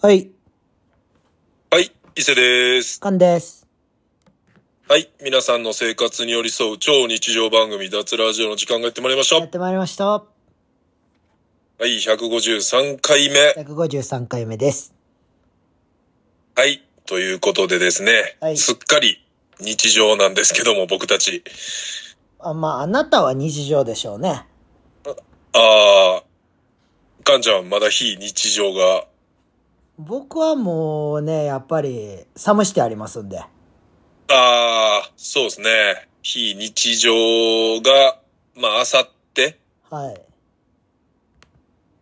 はい、はい、伊勢です。カンです。はい、皆さんの生活に寄り添う超日常番組、脱ラジオの時間がやってまいりました。やってまいりました。はい、153回目。 153回目です。はい、ということでですね、はいすっかり日常なんですけども、僕たち。あまあ、あなたは日常でしょうね。あー、かんちゃん、まだ非日常が。僕はもうね、やっぱり、寒してありますんで。あー、そうですね。非日常が、まあ、あさってはい。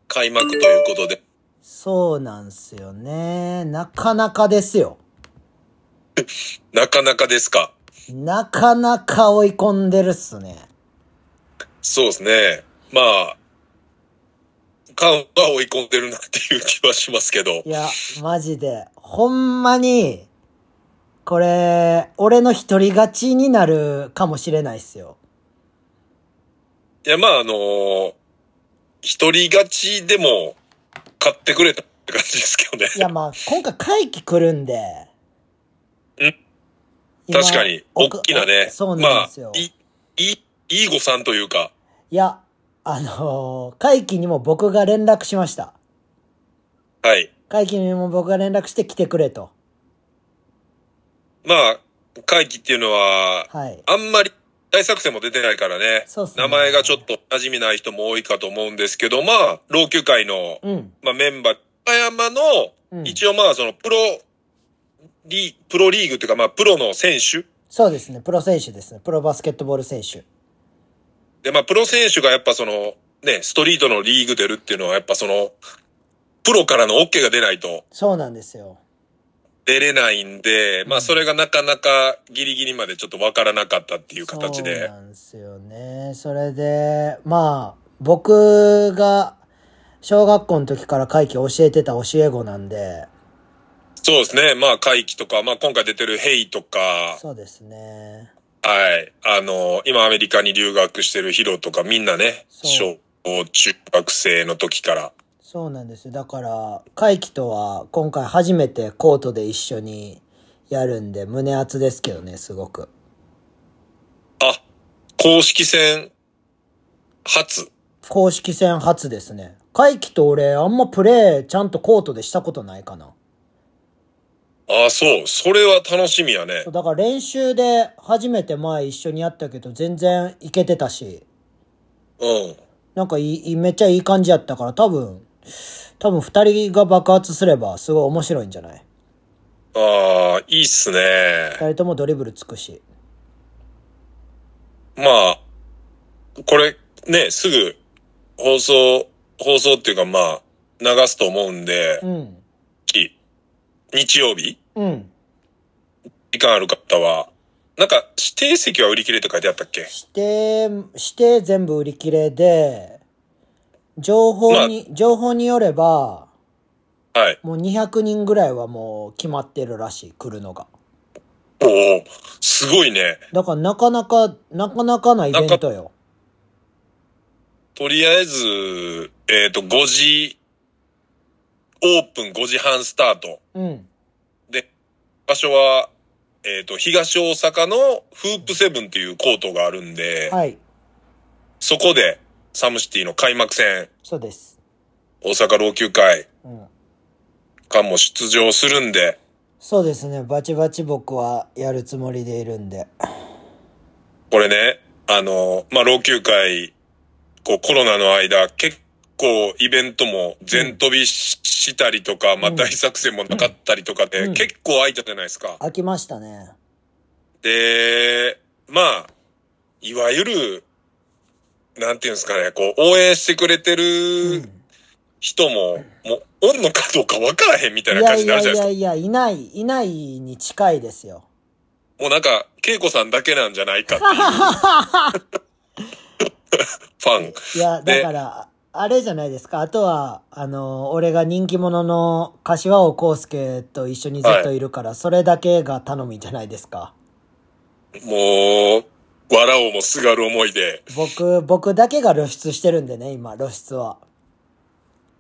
開幕ということで。そうなんすよね。なかなかですよ。なかなかですか。なかなか追い込んでるっすね。そうですね。まあ、カンは追い込んでるなっていう気はしますけどい。や、マジで。ほんまに、これ、俺の一人勝ちになるかもしれないっすよ。いや、まあ、あのー一人勝ちでも買ってくれたって感じですけどね。いや、まあ、今回会期来るんで。うん今確かに、大奥きなね。そうなんですよ。まあ、いいい、いいい誤算というか。や、あのー会期にも僕が連絡しました。はい。会期にも僕が連絡して来てくれと。まあ、会議っていうのは、はい。あんまり大作戦も出てないからね。そうっすね名前がちょっと馴染みない人も多いかと思うんですけど、まあ、老朽会の、うん。まあ、メンバー、岡山の、うん、一応まあそのプロリー、プロリーグというかまあプロの選手そうですね。プロ選手ですね。プロバスケットボール選手。でまあプロ選手がやっぱそのね、ストリートのリーグ出るっていうのはやっぱその、プロからの OK が出ないとそうなんですよ。出れないんで、まうあんそれがなかなかギリギリまでちょっとわからなかったっていう形そうで。なんですよね。それで、まあ、僕が小学校の時から会期教えてた教え子なんで、そうですね。まあ会期とか、まあ今回出てるヘイとか、そうですね。はい。あの、今アメリカに留学してるヒロとかみんなね、そう小中学生の時から。そうなんですよだから会期とは今回初めてコートで一緒にやるんで胸熱ですけどねすごくあ、公式戦初。公式戦初ですね会期と俺あんまプレーちゃんとコートでしたことないかなあ、そう。それは楽しみやねそう。だから練習で初めて前一緒にやったけど全然いけてたしうん。なんかいいいいめっちゃいい感じやったから多分多分2人が爆発すればすごい面白いんじゃないああ、いいっすね2。人ともドリブルつくしまあ、これね、すぐ放送、放送っていうかまあ、流すと思うんでう、んき日曜日うん時間ある方は、なんか指定席は売り切れって書いてあったっけ指定、指定全部売り切れで、情報に、情報によれば、はい。もう200人ぐらいはもう決まってるらしい、来るのが。おお、すごいね。だからなかなか、なかなかなイベントよ。とりあえず、えっ、と、5時、オープン5時半スタート。うん。で、場所は、えっ、と、東大阪のフープセブンっていうコートがあるんで、はい。そこでサムシティの開幕戦、そうです。大阪老朽会うん。館も出場するんで、そうですね。バチバチ僕はやるつもりでいるんで。これね、あの、まあ、老朽会、こうコロナの間、結構イベントも全飛びししたりとか、まあ、うん大作戦もなかったりとかで、うん結構空いたじゃないですか。飽きましたね。で、まあ、いわゆる、なんていうんですかね、こう、応援してくれてうるん。人も、もう、おんのかどうかわからへんみたいいなや感じいになやいるじゃないですやか。いや、いない、いないに近いですよ。もうなんか、恵子さんだけなんじゃないかって いう。ファン。いや、だでから、あれじゃないですか。あとは、あの、俺が人気者の柏尾康介と一緒にずっといるから、それだけが頼みじゃないですか。もう、笑おうもすがる思いで。僕、僕だけが露出してるんでね、今、露出は。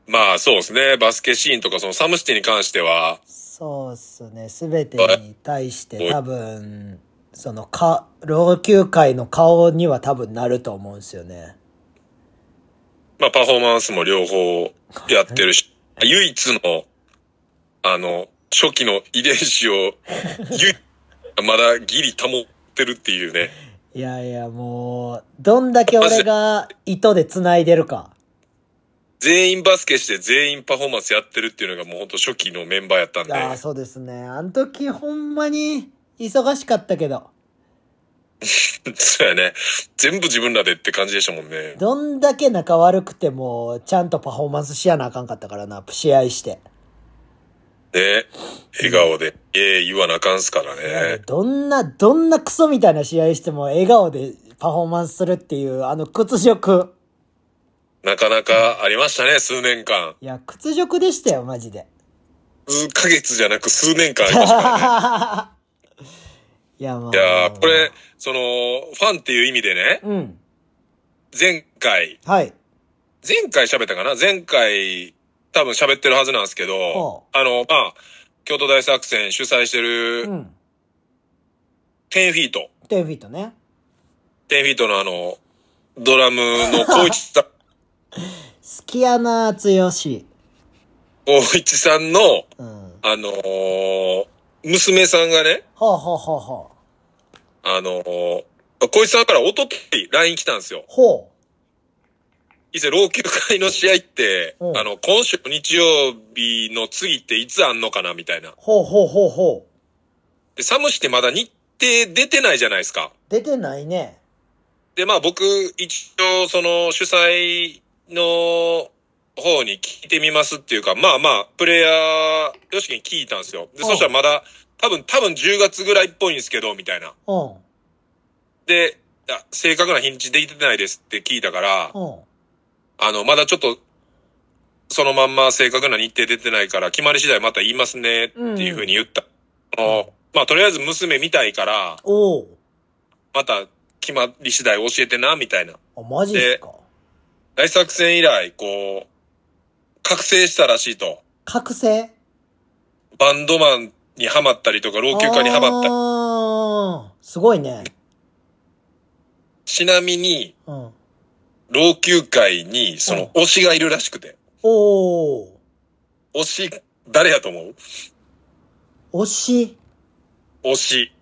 まあそうですね。バスケシーンとか、そのサムシティに関しては、そうっすね。すべてに対して多分、そのか、老朽界の顔には多分なると思うんですよね。まあパフォーマンスも両方やってるし、唯一の、あの、初期の遺伝子を、唯一まだギリ保ってるっていうね。 いやいや、もう、どんだけ俺が糸で繋いでるか。全員バスケして全員パフォーマンスやってるっていうのがもうほんと初期のメンバーやったんで。ああ、そうですね。あの時ほんまに忙しかったけど、そうやね。全部自分らでって感じでしたもんね。どんだけ仲悪くても、ちゃんとパフォーマンスしやなあかんかったからな、試合して。ね。笑顔で、ええ言わなあかんすからね。どんな、どんなクソみたいな試合しても笑顔でパフォーマンスするっていう、あの屈辱。なかなかありましたね、数年間。いや、屈辱でしたよ、マジで。数ヶ月じゃなく数年間あり ましたからね。 いや、もう。いやーこれ、その、ファンっていう意味でね、うん。前回、はい。前回喋ったかな前回、多分喋ってるはずなんですけほど、あの、まあ、京都大作戦主催してうるん。 10フィート、 10フィートね。 10フィートのあの、ドラムの光一さん、好きやな、強し。光一さんの、うん。あのー娘さんがね、ほうほうほうほう。あのー、小石さんからおととい LINE 来たんですよ。ほ以前老朽会の試合って、うんあの、今週日曜日の次っていつあんのかなみたいなう。。ほうほうほうほう。で、サムシってまだ日程出てないじゃないですか。出てないね。で、まあ僕、一応その主催の方に聞いてみますっていうか、まあまあ、プレイヤー、よしきに聞いたんですよ。で、うんそしたらまだ、多分、多分10月ぐらいっぽいんですけど、みたいな。うん。で、あ正確な日にちできてないですって聞いたから、うん。あの、まだちょっと、そのまんま正確な日程出てないから、決まり次第また言いますね、っていうふうに言った。あのまあ、とりあえず娘見たいから、おう。また決まり次第教えてな、みたいな。あ、マジっすか。大作戦以来、こう、覚醒したらしいと。覚醒バンドマンにハマったりとか、老朽化にハマったり。あーすごいね。ちなみに、うん。老朽会に、その推しがいるらしくて。おー。推し、誰やと思う推し、推し。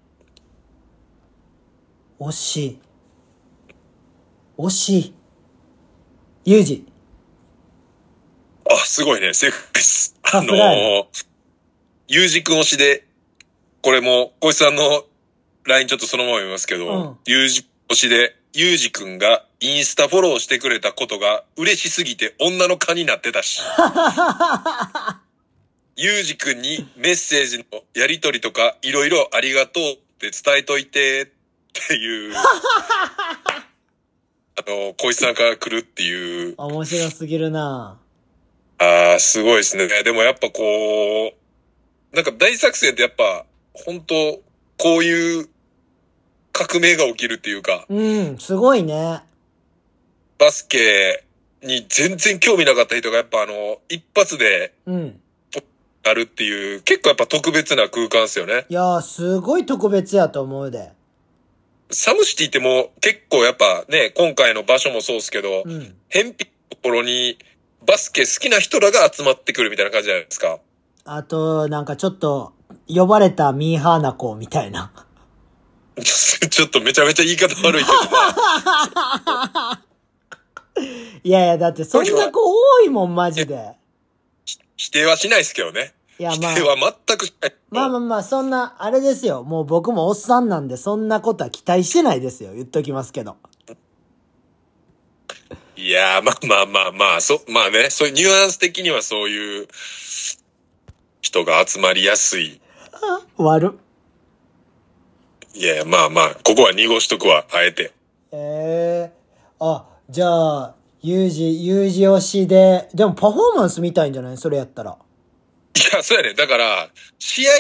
推し、推し、ユージ。あ、すごいね、セックス。あさすのがやー、ゆうじくん推しで、これも、小石さんの LINE ちょっとそのまま読みますけうんど、ゆうじ推しで、ゆうじくんがインスタフォローしてくれたことが嬉しすぎて女の蚊になって たし。ゆうじくんにメッセージのやりとりとか、いろいろありがとうって伝えといて、っ ていう。あの、小石さんから来るっていう面白すぎるなああ、すごいですね。でもやっぱこう、なんか大作戦ってやっぱ、本当こういう革命が起きるっていうか、うん、すごいね。バスケに全然興味なかった人がやっぱあの、一発でうん。あるっていう、結構やっぱ特別な空間ですよね。いやー、すごい特別やと思うで。サムシティってもう結構やっぱね、今回の場所もそうですけど、うん。偏僻なところにバスケ好きな人らが集まってくるみたいな感じじゃないですか。あと、なんかちょっと、呼ばれたミーハーな子みたいな。ちょっとめちゃめちゃ言い方悪いけど、まあ いやいや、だってそんな子多いもん、マジ で。否定はしないですけどね。いや、否まあ定。は全くしない。まあまあまあ、そんな、あれですよ。もう僕もおっさんなんで、そんなことは期待してないですよ。言っときますけど。いやー、まあまあまあまあ、そ、まあね、そういうニュアンス的にはそういう人が集まりやすい。悪っ。いやいや、まあまあ、ここは濁しとくわ、あえて。ええあ、じゃあ、有事、有事推しで、でもパフォーマンスみたいんじゃないそれやったら。いや、そうやね。だから、試合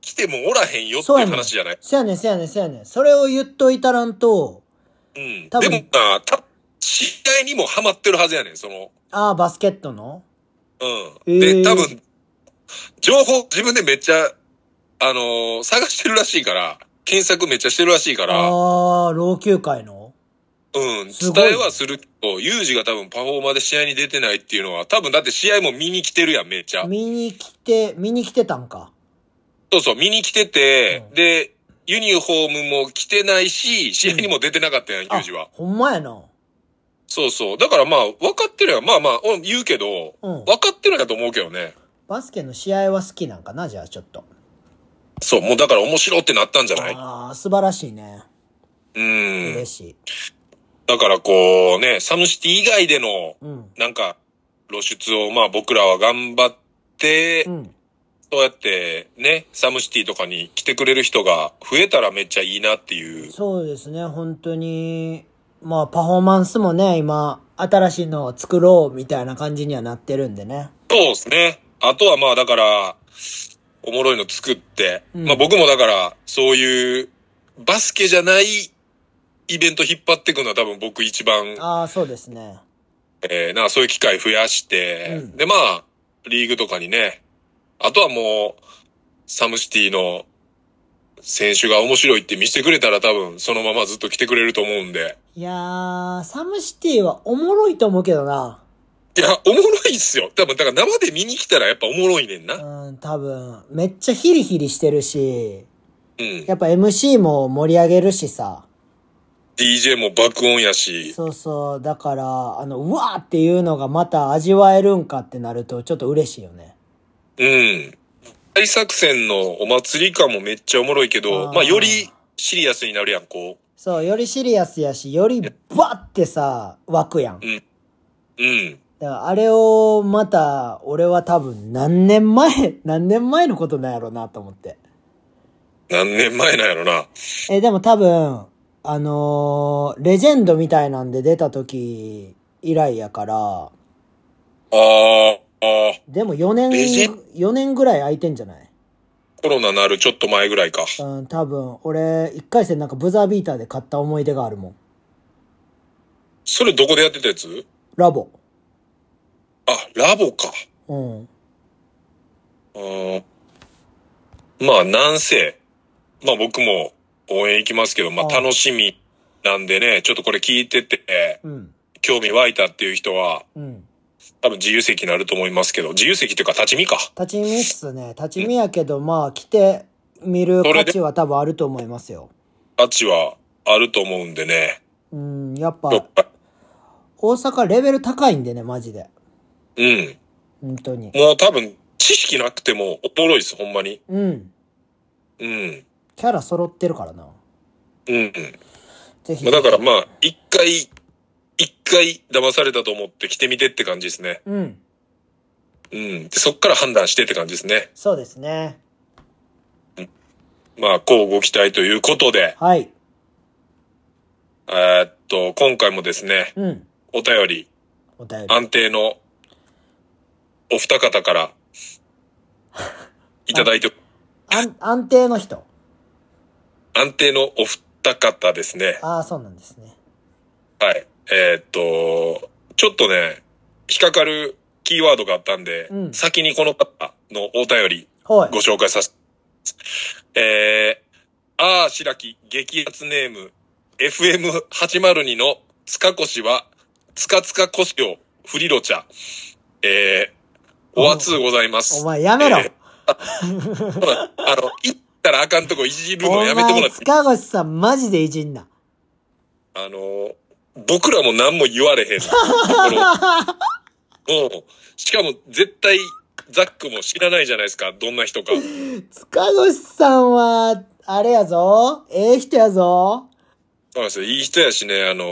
来てもおらへんよってそういやうねん。話じゃない。そうやねん、そうやねん、そうやねん。それを言っといたらんと、うん。多で分も、まあ、た、試合にもハマってるはずやねん、その、ああ、バスケットのうん。えーで、多分、情報自分でめっちゃ、あのー探してるらしいから、検索めっちゃしてるらしいから、うん。ああ、老朽会のす伝ごいえはするけど、ユージが多分パフォーマーで試合に出てないっていうのは、多分だって試合も見に来てるやん、めっちゃ。見に来て、見に来てたんか。そうそう、見に来てて、うんで、ユニフォームも着てないし、試合にも出てなかったやん、ユージは。ほんまやな。そうそう。だからまあ、分かってるやん。まあまあ、うん言うけど、うん。分かってるんやと思うけどね。バスケの試合は好きなんかな、じゃあちょっと。そう、もうだから面白ってなったんじゃないああ、素晴らしいね。うん。嬉しい。だからこうね、サムシティ以外での、うん。なんか、露出をまあ僕らは頑張って、うん。そうやってね、サムシティとかに来てくれる人が増えたらめっちゃいいなっていう。そうですね、本当に。まあ、パフォーマンスもね、今、新しいのを作ろうみたいな感じにはなってるんでね。そうですね。あとはまあだから、おもろいの作って、うんまあ僕もだから、そういう、バスケじゃないイベント引っ張っていくのは多分僕一番、ああ、そうですね。えー、な、そういう機会増やして、うんでまあ、リーグとかにね、あとはもう、サムシティの選手が面白いって見せてくれたら多分そのままずっと来てくれると思うんで。いやー、サムシティはおもろいと思うけどな。いや、おもろいっすよ。多分、だから生で見に来たらやっぱおもろいねんな。うん、多分。めっちゃヒリヒリしてるし、うん。やっぱ MC も盛り上げるしさ。 DJ も爆音やし。そうそう。だから、あの、うわーっていうのがまた味わえるんかってなると、ちょっと嬉しいよね。うん。大作戦のお祭り感もめっちゃおもろいけど、あーまあよりシリアスになるやん、こそう、よりシリアスやし、よりバってさ、湧くやん。う。うん。だからあれをまた、俺は多分何年前、 何年前のことなんやろうなと思って。何年前なんやろな。え、でも多分、あのーレジェンドみたいなんで出た時以来やから、あー、あーでも4年レジェ、 4年ぐらい空いてんじゃないコロナなるちょっと前ぐらいか。うん、多分、俺、1回戦なんかブザービーターで買った思い出があるもん。それどこでやってたやつラボ。あ、ラボか。うん。あーまあ、なんせ、まあ僕も応援行きますけど、まああー楽しみなんでね、ちょっとこれ聞いてて、うん。興味湧いたっていう人は、うん。多分自由席になると思いますけど、自由席というか立ち見か。立ち見っすね。立ち見やけど、まあ、来て見る価値は多分あると思いますよ。価値はあると思うんでね。うん、やっどぱっ、か大阪レベル高いんでね、マジで。うん。本当に。もう多分、知識なくてもおもろいです、ほんまに。うん。うん。キャラ揃ってるからな。うん。ぜひ。まあ、だからまあ、一回、一回騙されたと思って来てみてって感じですね。うん。うん。でそっから判断してって感じですね。そうですね。まあ、こうご期待ということで、はい。えーっと、今回もですね、うん。お便り、お便り。安定のお二方 から、いただいて、安安定の人。安定のお二方ですね。ああ、そうなんですね。はい。えーっと、ちょっとね、引っかかるキーワードがあったんで、うん先にこの方のお便りはごい。紹介させて、えー、あーしらき激アツネーム FM802 のつかこしは、つかつかこしをフリロ茶、えー、お熱うございまおす。前やめろ。ほらあの、行ったらあかんとこいじるのおやめてもら前、っていい塚越さんマジでいじんな。あの、僕らも何も言われへんところ。うん。しかも絶対、ザックも知らないじゃないですか、どんな人か。 塚越さんは、あれやぞ。ええ人やぞ。そうなんですよ。いい人やしね、あの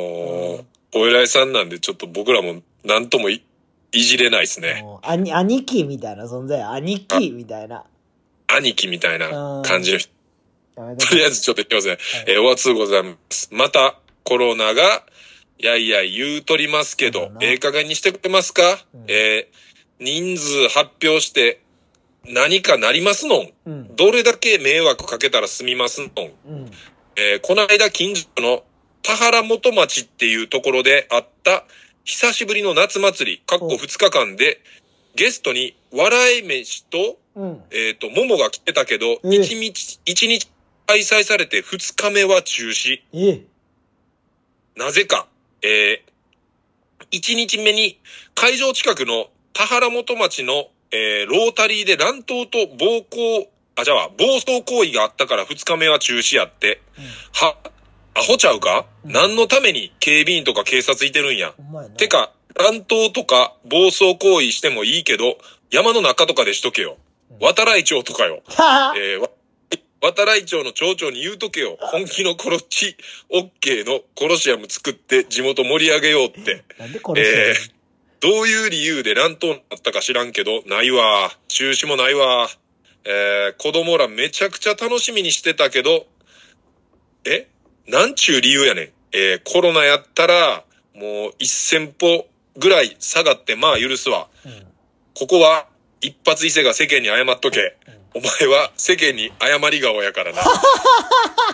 ーお偉いさんなんで、ちょっと僕らも何ともいいじれないですね。 もう兄兄貴みたいな存在。兄貴みたいな。兄貴みたいな感じの人。やめて とりあえずちょっと行きますね。えーお熱うございます。また、コロナが、やいやい言うとりますけそうどだ、なええ加減にしてくれますか、うんえー人数発表して、何かなりますのんうん。どれだけ迷惑かけたら済みますのんうん。えーこの間近所の田原元町っていうところであった久しぶりの夏祭り、かっこ2日間でゲストに、笑い飯と、うん。えっ、と、ももが来てたけど、ええ一日、一日開催されて二日目は中止。えなぜか、えー、一日目に会場近くの田原元町の、えー、ロータリーで乱闘と暴行、あ、じゃあ、暴走行為があったから二日目は中止やって、うんは、アホちゃうか、うん何のために警備員とか警察いてるんや。お前な。て。か、乱闘とか暴走行為してもいいけど、山の中とかでしとけようん。渡来町とかよ。はぁ えーわ渡来町の町長に言うとけよ。本気の殺し、オッケーのコロシアム作って地元盛り上げようって。なんでこれえどういう理由で乱闘になったか知らんけど、ないわ。中止もないわ。えー、子供らめちゃくちゃ楽しみにしてたけど、えなんちゅう理由やねん。えー、コロナやったら、もう1000歩ぐらい下がって、まあ許すわ。ここは、一発伊勢が世間に謝っとけ。お前は世間に謝り顔やからな。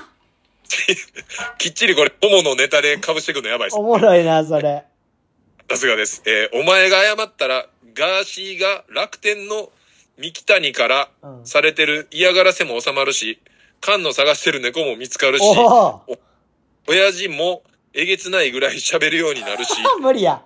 きっちりこれ、ポモのネタで被してくのやばいっすお。もろいな、それ。さすがです。えーお前が謝ったら、ガーシーが楽天の三木谷からうんされてる嫌がらせも収まるし、菅の探してる猫も見つかるし、おお親父もえげつないぐらい喋るようになるし、無理や。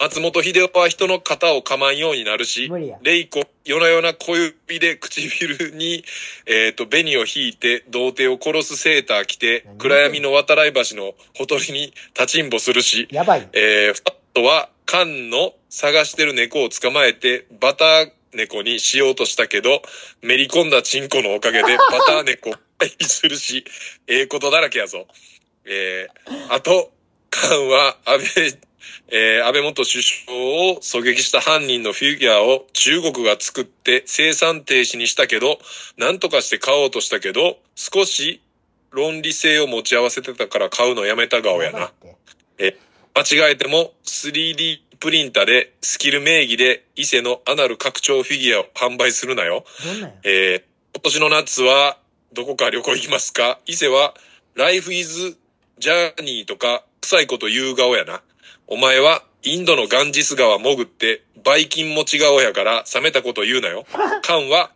松本秀夫は人の肩を噛まんようになるし無理や、レイコ、夜な夜な小指で唇に、えっ、と、紅を引いて、童貞を殺すセーター着て何、暗闇の渡来橋のほとりに立ちんぼするし、やばい。えー、ファットは、カンの探してる猫を捕まえて、バター猫にしようとしたけど、めり込んだチンコのおかげで、バター猫を愛するし、ええことだらけやぞ。えー、あと、カンは、安倍、えー、安倍元首相を狙撃した犯人のフィギュアを中国が作って生産停止にしたけど、なんとかして買おうとしたけど、少し論理性を持ち合わせてたから買うのやめた顔やなばい。って間違えても 3D プリンタでスキル名義で伊勢のアナル拡張フィギュアを販売するなよ。どんなんや。えー、今年の夏はどこか旅行行きますか伊勢は Life is Journey とか臭いこと言う顔やな。お前はインドのガンジス川潜ってバイキン持ち顔やから冷めたこと言うなよ。カンは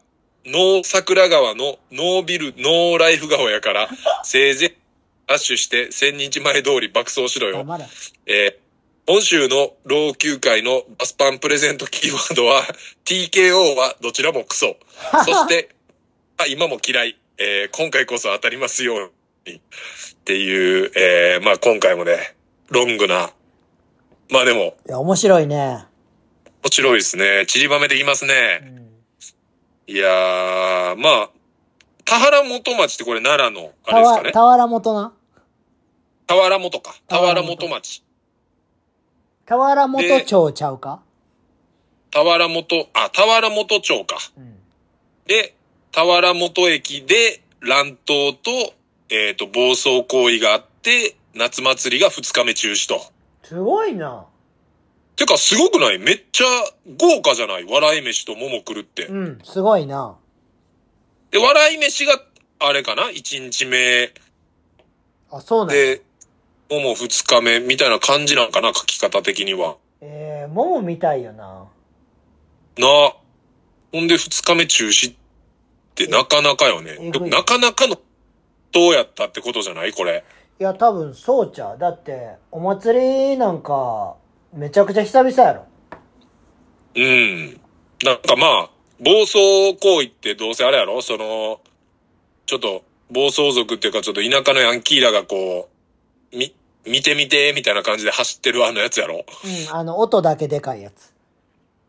ノー桜川のノービルノーライフ顔やからせいぜいアッシュして千日前通り爆走しろよ。黙れ。えー本州の老朽会のバスパンプレゼントキーワードは、TKO はどちらもク ソ。そして、あ今も嫌い。えー今回こそ当たりますように。っていう、えーまあ今回もね、ロングな。まあでも、いや、面白いね。面白いですね。散りばめてきますうね。んいやー、まあ、田原元町ってこれ奈良の、あれたですかわ、ね。俵原元な。田原元か。田原元町。俵原元町ちゃうか田原元、あ、田原元町か。うん。で、田原元駅で乱闘と、えっ、と、暴走行為があって、夏祭りが2日目中止と。すごいな。てか、すごくないめっちゃ豪華じゃない笑い飯と桃来るってう。ん、すごいな。で、笑い飯が、あれかな ?1 日目あ、そうなんやで、桃2日目みたいな感じなんかな書き方的には。えー、もう見たいよな。なあ。ほんで2日目中止ってなかなかよねえぐい。なかなかの、どうやったってことじゃないこれ。いや、多分そうちゃう。だって、お祭りなんか、めちゃくちゃ久々やろ。うん。なんかまあ、暴走行為ってどうせあれやろその、ちょっと、暴走族っていうかちょっと田舎のヤンキーらがこう、み、見て見て、みたいな感じで走ってるあのやつやろうん、あの、音だけでかいやつ。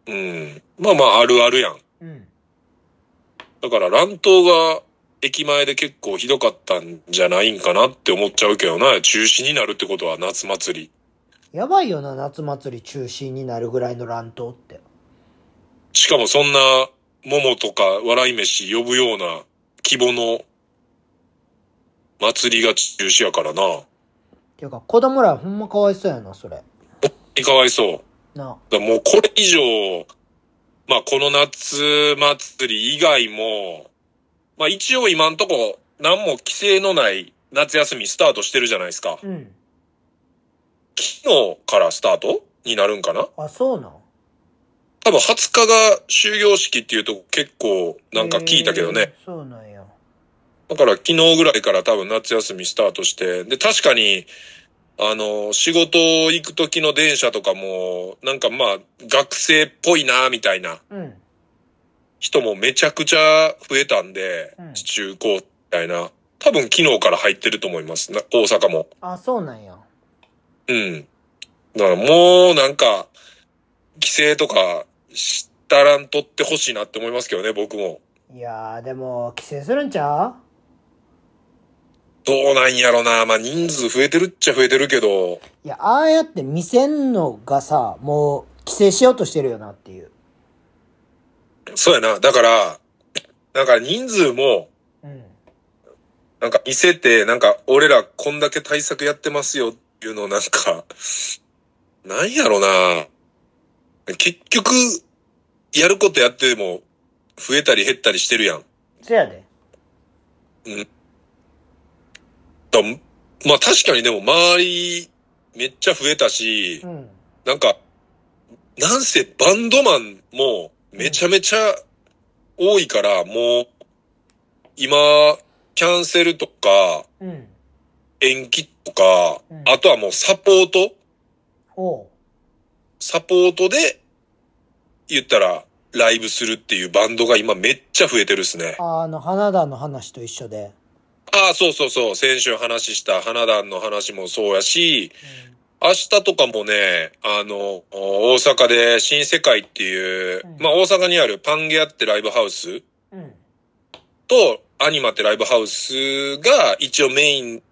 うん。まあまあ、あるあるやん。うん。だから乱闘が駅前で結構ひどかったんじゃないんかなって思っちゃうけどな。中止になるってことは夏祭り。やばいよな、夏祭り中止になるぐらいの乱闘って。しかもそんな、桃とか笑い飯呼ぶような規模の祭りが中止やからな。ていうか、子供らほんまかわいそうやな、それ。かわいそう。な。だからもうこれ以上、まあこの夏祭り以外も、まあ一応今んとこ何も規制のない夏休みスタートしてるじゃないですか。うん。昨日からスタートになるんかなあ、そうなん。多分20日が終業式っていうとこ結構なんか聞いたけどね。えーそうなんや。だから昨日ぐらいから多分夏休みスタートして、で、確かに、あの、仕事行く時の電車とかも、なんかまあ、学生っぽいな、みたいなうん。人もめちゃくちゃ増えたんで、うん中高みたいな。多分昨日から入ってると思います。な大阪も。あ、そうなんや。うん。だからもうなんか、規制とかしたらんとってほしいなって思いますけどね、僕も。いやー、でも、帰省するんちゃどうなんやろな。まあ人数増えてるっちゃ増えてるけど、ういや、ああやって見せんのがさ、もう、帰省しようとしてるよなっていう。そうやな。だから、なんか人数も、うん。なんか見せて、なんか俺らこんだけ対策やってますよっていうのをなんか、なんやろな。結局、やることやっても、増えたり減ったりしてるやん。そやで。だまあ確かにでも周りめっちゃ増えたしう、ん。なんか、なんせバンドマンもめちゃめちゃ多いから、もう、今、キャンセルとか、うん。延期とかうん、あとはもうサポート、おう。サポートで、言ったら、ライブするっていうバンドが今めっちゃ増えてるっすね。あの、花壇の話と一緒で。ああ、そうそうそう。先週話した花壇の話もそうやし、明日とかもね、あの、大阪で新世界っていう、うんまあ大阪にあるパンゲアってライブハウスうん。うん。とアニマってライブハウスが一応メイン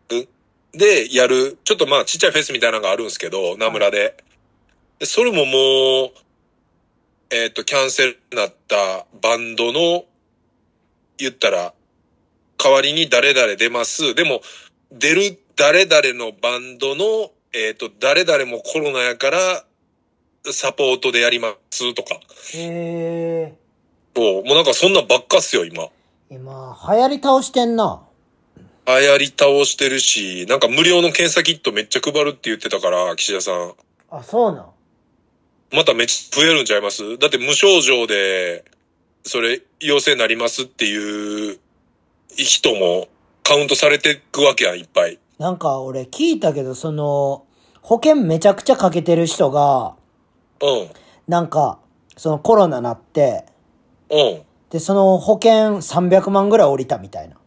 でやる、ちょっとまあちっちゃいフェスみたいなのがあるんですけど、名村で。でそれももう、えっ、と、キャンセルになったバンドの、言ったら、代わりに誰々出ます。でも、出る誰々のバンドの、えっ、と、誰々もコロナやから、サポートでやりますとか。へえもう、もうなんかそんなんばっかっすよ、今。ー。今、流行り倒してんな。流行り倒してるし、なんか無料の検査キットめっちゃ配るって言ってたから、岸田さん。あ、そうなん。まためっちゃ増えるんちゃいますだって無症状で、それ陽性になりますっていう人もカウントされてくわけやん、いっぱい。なんか俺聞いたけど、その、保険めちゃくちゃかけてる人が、うん。なんか、そのコロナなって、うん。で、その保険300万ぐらい降りたみたいな。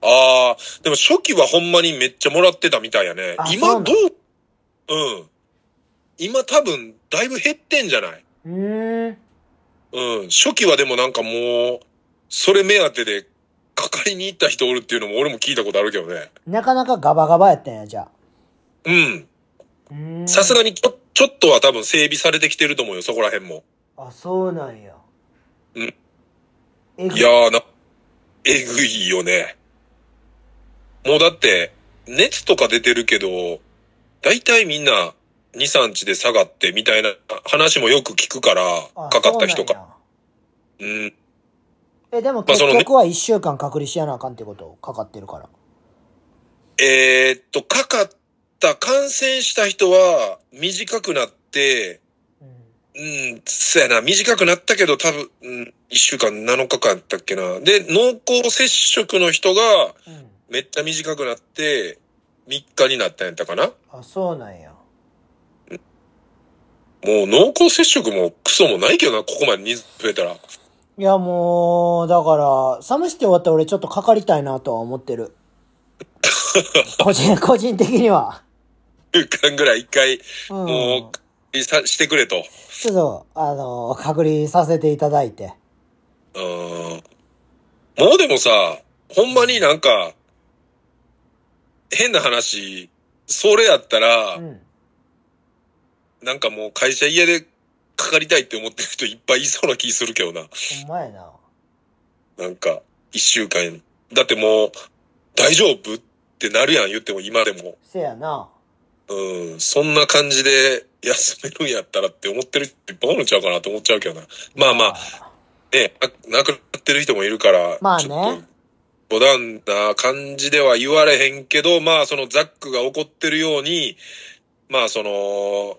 あー、でも初期はほんまにめっちゃもらってたみたいやねあ。そ今うなのどううん。今多分だいぶ減ってんじゃないうーん。うん。初期はでもなんかもう、それ目当てで、かかりに行った人おるっていうのも俺も聞いたことあるけどね。なかなかガバガバやったんや、じゃうん。あ。さすがにちょ、ちょっとは多分整備されてきてると思うよ、そこら辺も。あ、そうなんや。うん。えぐいやーな、えぐいよね。もうだって、熱とか出てるけど、だいたいみんな、2、3日で下がってみたいな話もよく聞くからあ、かかった人そうか。なんやうん。え、でもまあ結その局は1週間隔離しやなあかんってことかかってるから。えーっと、かかった、感染した人は短くなって、うん。うん、そうやな。短くなったけど、多分、うん、1週間、7日間だったっけな。で、濃厚接触の人が、うん。めっちゃ短くなって、3日になったんやったかな。もあ、そうなんや。う濃厚接触もクソもないけどな、ここまで人数増えたら。 いや、もう、だから、寒して終わったら俺ちょっとかかりたいなとは思ってる。個人、 個人的には。 1間ぐらい1回、うん。もう、さしてくれと。ちょっと、あの、隔離させていただいて。うーん。もうでもさ、ほんまになんか、変な話、それやったら、うん。なんかもう会社家でかかりたいって思ってる人いっぱいいそうな気するけどな。ほんまやな。なんか、一週間。だってもう、大丈夫ってなるやん、言っても今でも。せやな。うん、そんな感じで休めるんやったらって思ってる人いっぱいおるんちゃうかなと思っちゃうけどな。まあまあ、あ。ね、な亡くなってる人もいるから、まあねちょっと、五段な感じでは言われへんけど、まあそのザックが怒ってるように、まあその、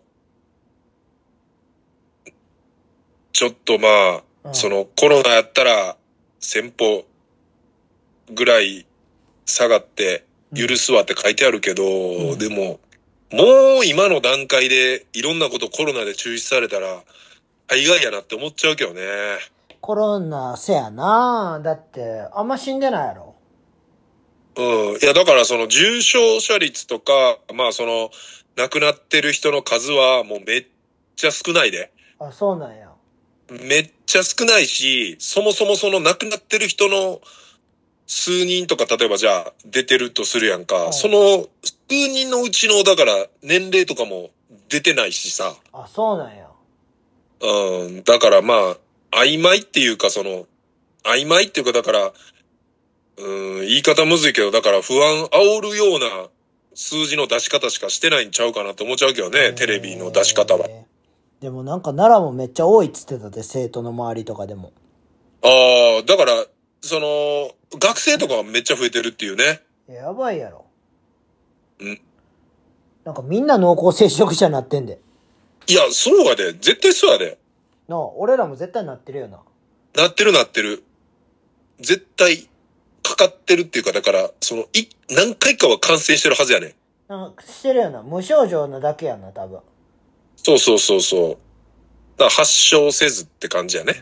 ちょっとまうあ、んそのコロナやったら、先歩ぐらい下がって許すわって書いてあるけど、んでも、もう今の段階でいろんなことコロナで中止されたら、大概やなって思っちゃうけどね。コロナせやなだって、あんま死んでないやろ。うん。いや、だからその重症者率とか、まあその、亡くなってる人の数はもうめっちゃ少ないで。あ、そうなんや。めっちゃ少ないし、そもそもその亡くなってる人の数人とか、例えばじゃあ出てるとするやんか、うんその数人のうちの、だから年齢とかも出てないしさ、あ、そうなんや。うん、だからまあ、曖昧っていうかその、曖昧っていうかだから、うん、言い方むずいけど、だから不安煽るような数字の出し方しかしてないんちゃうかなって思っちゃうけどね、テレビの出し方は。えー。でもなんか奈良もめっちゃ多いっつってたで、生徒の周りとかでも。ああ、だから、その、学生とかはめっちゃ増えてるっていうね。いややばいやろ。うん。なんかみんな濃厚接触者になってんで。いや、そうやで。絶対そうやで。なあ、俺らも絶対なってるよな。なってるなってる。絶対、かかってるっていうか、だから、その、い、何回かは感染してるはずやねん。なんかしてるよな。無症状なだけやな、多分。そうそうそうそう。だから発症せずって感じやね。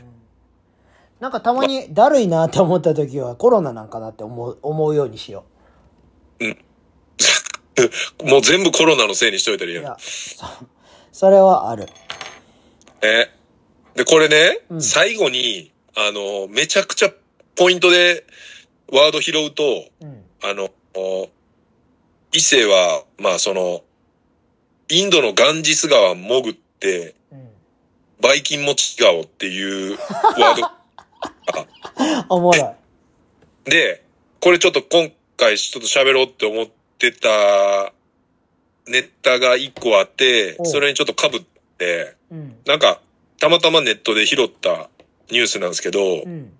なんかたまにだるいなって思った時はコロナなんかなって思う、思うようにしよもう全部コロナのせいにしといてう。るいやん。や、そ、 それはある。え。で、これね、うん最後に、あの、めちゃくちゃポイントでワード拾うと、うん。あの、お伊勢は、まあその、インドのガンジス川潜って、うん。バイキン持ち顔っていうワ ー おもろい。ド。で、これちょっと今回ちょっと喋ろうって思ってたネタが一個あってお、うそれにちょっと被って、うん。なんか、たまたまネットで拾ったニュースなんですけどう、ん。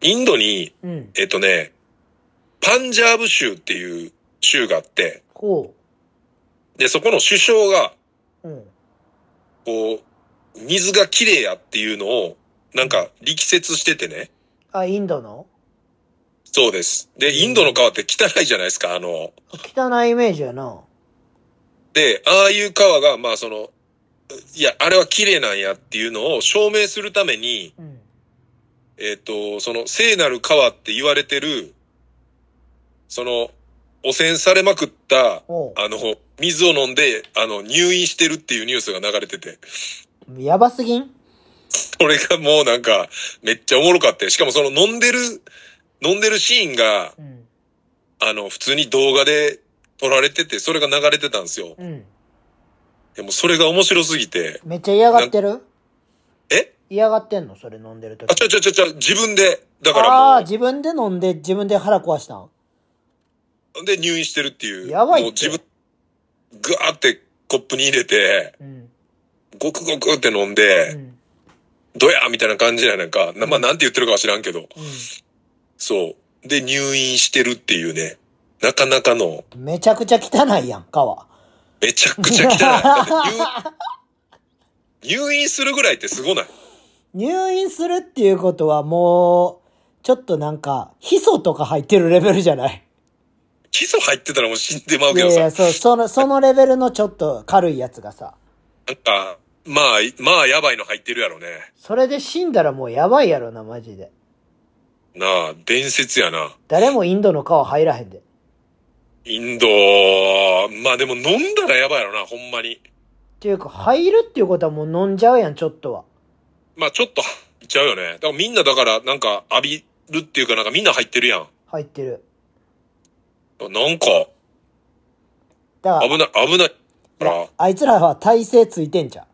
インドに、うん。えっとね、パンジャーブ州っていう州があって、こで、そこの首相が、う。うん。こう、水が綺麗やっていうのを、なんか力説しててね。あ、インドのそうです。で、インドの川って汚いじゃないですか、あの。汚いイメージやな。で、ああいう川が、まあその、いや、あれは綺麗なんやっていうのを証明するために、うん。えっ、と、その聖なる川って言われてる、その、汚染されまくった、おう。あの、水を飲んで、あの、入院してるっていうニュースが流れてて。やばすぎんそれがもうなんか、めっちゃおもろかったよしかもその飲んでる、飲んでるシーンが、うん。あの、普通に動画で撮られてて、それが流れてたんですよ。うん。でもそれが面白すぎて、めっちゃ嫌がってるえ嫌がってんのそれ飲んでる時あ、。ちゃちゃちゃちゃ、自分で、だあからあー、も自分で飲んで、自分で腹壊したん。う、で入院してるっていう。やばいってもう自分、ぐわーってコップに入れて、うん。ごくごくって飲んうで、ん。どやみたいな感じやなんか、なまあなんて言ってるかは知らんけど、そう。で入院してるっていうね、なかなかの、うん。めちゃくちゃ汚いやん、川。めちゃ くちゃ汚い。だって入入院するぐらいってすごない。入院するっていうことはもう、ちょっとなんか、ヒ素とか入ってるレベルじゃない基礎入ってたらもう死んでまういけやどいさ。や、そう、その、そのレベルのちょっと軽いやつがさ、なんか、まあ、まあ、やばいの入ってるやろね。それで死んだらもうやばいやろな、マジで。なあ、伝説やな。誰もインドの川入らへんで。インド、まあでも飲んだらやばいやろな、ほんまに。っていうか、入るっていうことはもう飲んじゃうやん、ちょっとは。まあちょっと入っちゃうよね。だからみんなだから、なんか浴びるっていうかなんかみんな入ってるやん。入ってる。なんか、だから、危ない、危ない。だから、あいつらは体勢ついてんじゃん。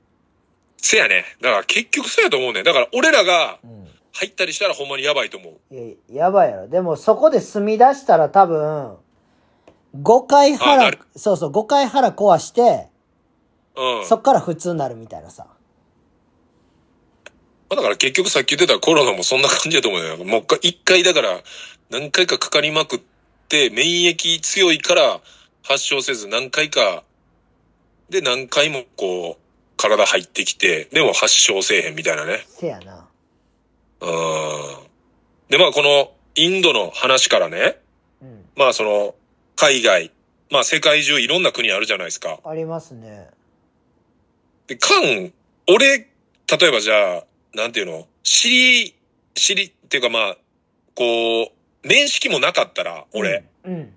せやね。だから結局そうやと思うね。だから俺らがうん。入ったりしたらほんまにやばいと思う。いや、やばいやろ。でもそこで住み出したら多分、5回あな腹る、そうそう、5回腹壊して、うん。そっから普通になるみたいなさ。まあだから結局さっき言ってたコロナもそんな感じだと思うよ。もう一回一回だから何回かかかりまくって免疫強いから発症せず何回かで何回もこう体入ってきて、でも発症せえへんみたいなね。せやな。うん。で、まあこのインドの話からね、うん。まあその海外、まあ世界中いろんな国あるじゃないですか。ありますね。で、カン、俺、例えばじゃあ、なんていうの知り、知り、っていうかまあ、こう、面識もなかったら、俺、。うん。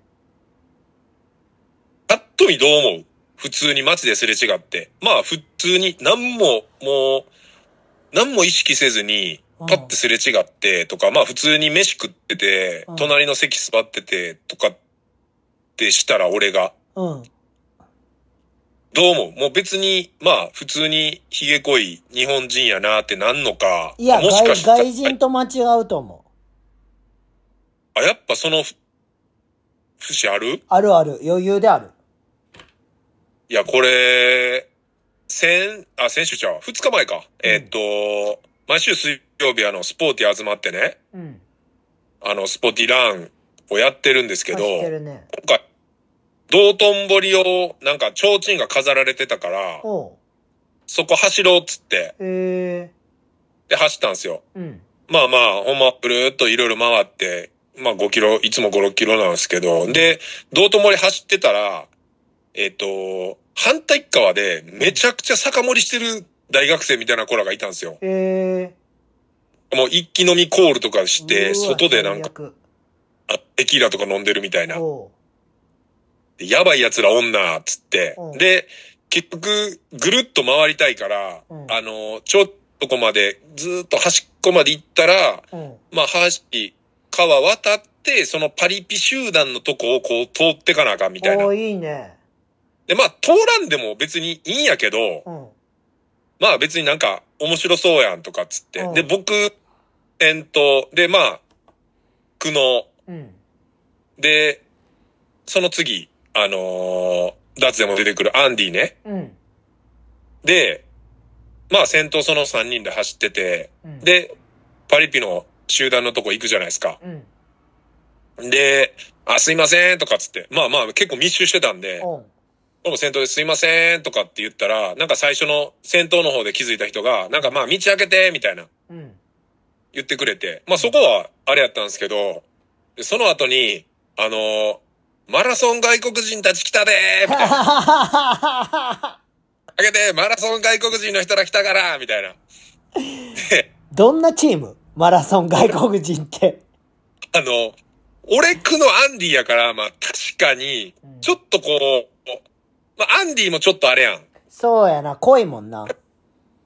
ぱっと見どう思う普通に街ですれ違って。まあ普通に何も、もう、何も意識せずに、うんパッてすれ違ってとか、まあ普通に飯食っててうん、隣の席座っててとかってしたら俺が、うん。どう思うもう別に、まあ普通にひげ濃い日本人やなってなんのか、いや、もし外かしたら外人と間違うと思う。あ、やっぱその、ふ節あるあるある。余裕である。いや、これ、先、あ、先週ちゃうわ。二日前か。えーっと、毎週水曜日あの、スポーティー集まってね、うん。あの、スポーティーランをやってるんですけど、あ知って今るね。回、道頓堀を、なんか、提灯が飾られてたから、おう。そこ走ろうっつって、へえで、走ったんですよ。うん。まあまあ、ほんま、ぐるーっといろいろ回って、まあ5キロ、いつも5、6キロなんですけど、で、道頓堀走ってたら、えっ、と、反対側でめちゃくちゃ酒盛りしてる大学生みたいな子らがいたんですよ。へえもう一気飲みコールとかして、うわ外でなんか、最悪あテキーラとか飲んでるみたいな。おう。でやばい奴ら女っつってうん。で、結局、ぐるっと回りたいから、うんあの、ちょっとこまで、ずーっと端っこまで行ったら、うん。まあ、橋、川渡って、そのパリピ集団のとこをこう通ってかなあかんみたいおなう。いいね。で、まあ、通らんでも別にいいんやけど、うん。まあ別になんか面白そうやんとかっつってうん。で、僕、えんと、で、まあ、苦悩。うん。で、その次、あのー、脱でも出てくるアンディね。うん。で、まあ先頭その3人で走ってて、うん、で、パリピの集団のとこ行くじゃないですか。うん。で、あ、すいませんとかっつって、まあまあ結構密集してたんで、おう。でも先頭ですいませんとかって言ったら、なんか最初の先頭の方で気づいた人が、なんかまあ道開けてみたいなうん。 言ってくれて、まあそこはあれやったんですけど、でその後に、あのーマラソン外国人たち来たでーみた いな。開けて、マラソン外国人の人ら来たからみたいな。で、どんなチームマラソン外国人って。あの、俺区のアンディやから、まあ確かに、ちょっとこう、まあアンディもちょっとあれやん。そうやな、濃いもんな。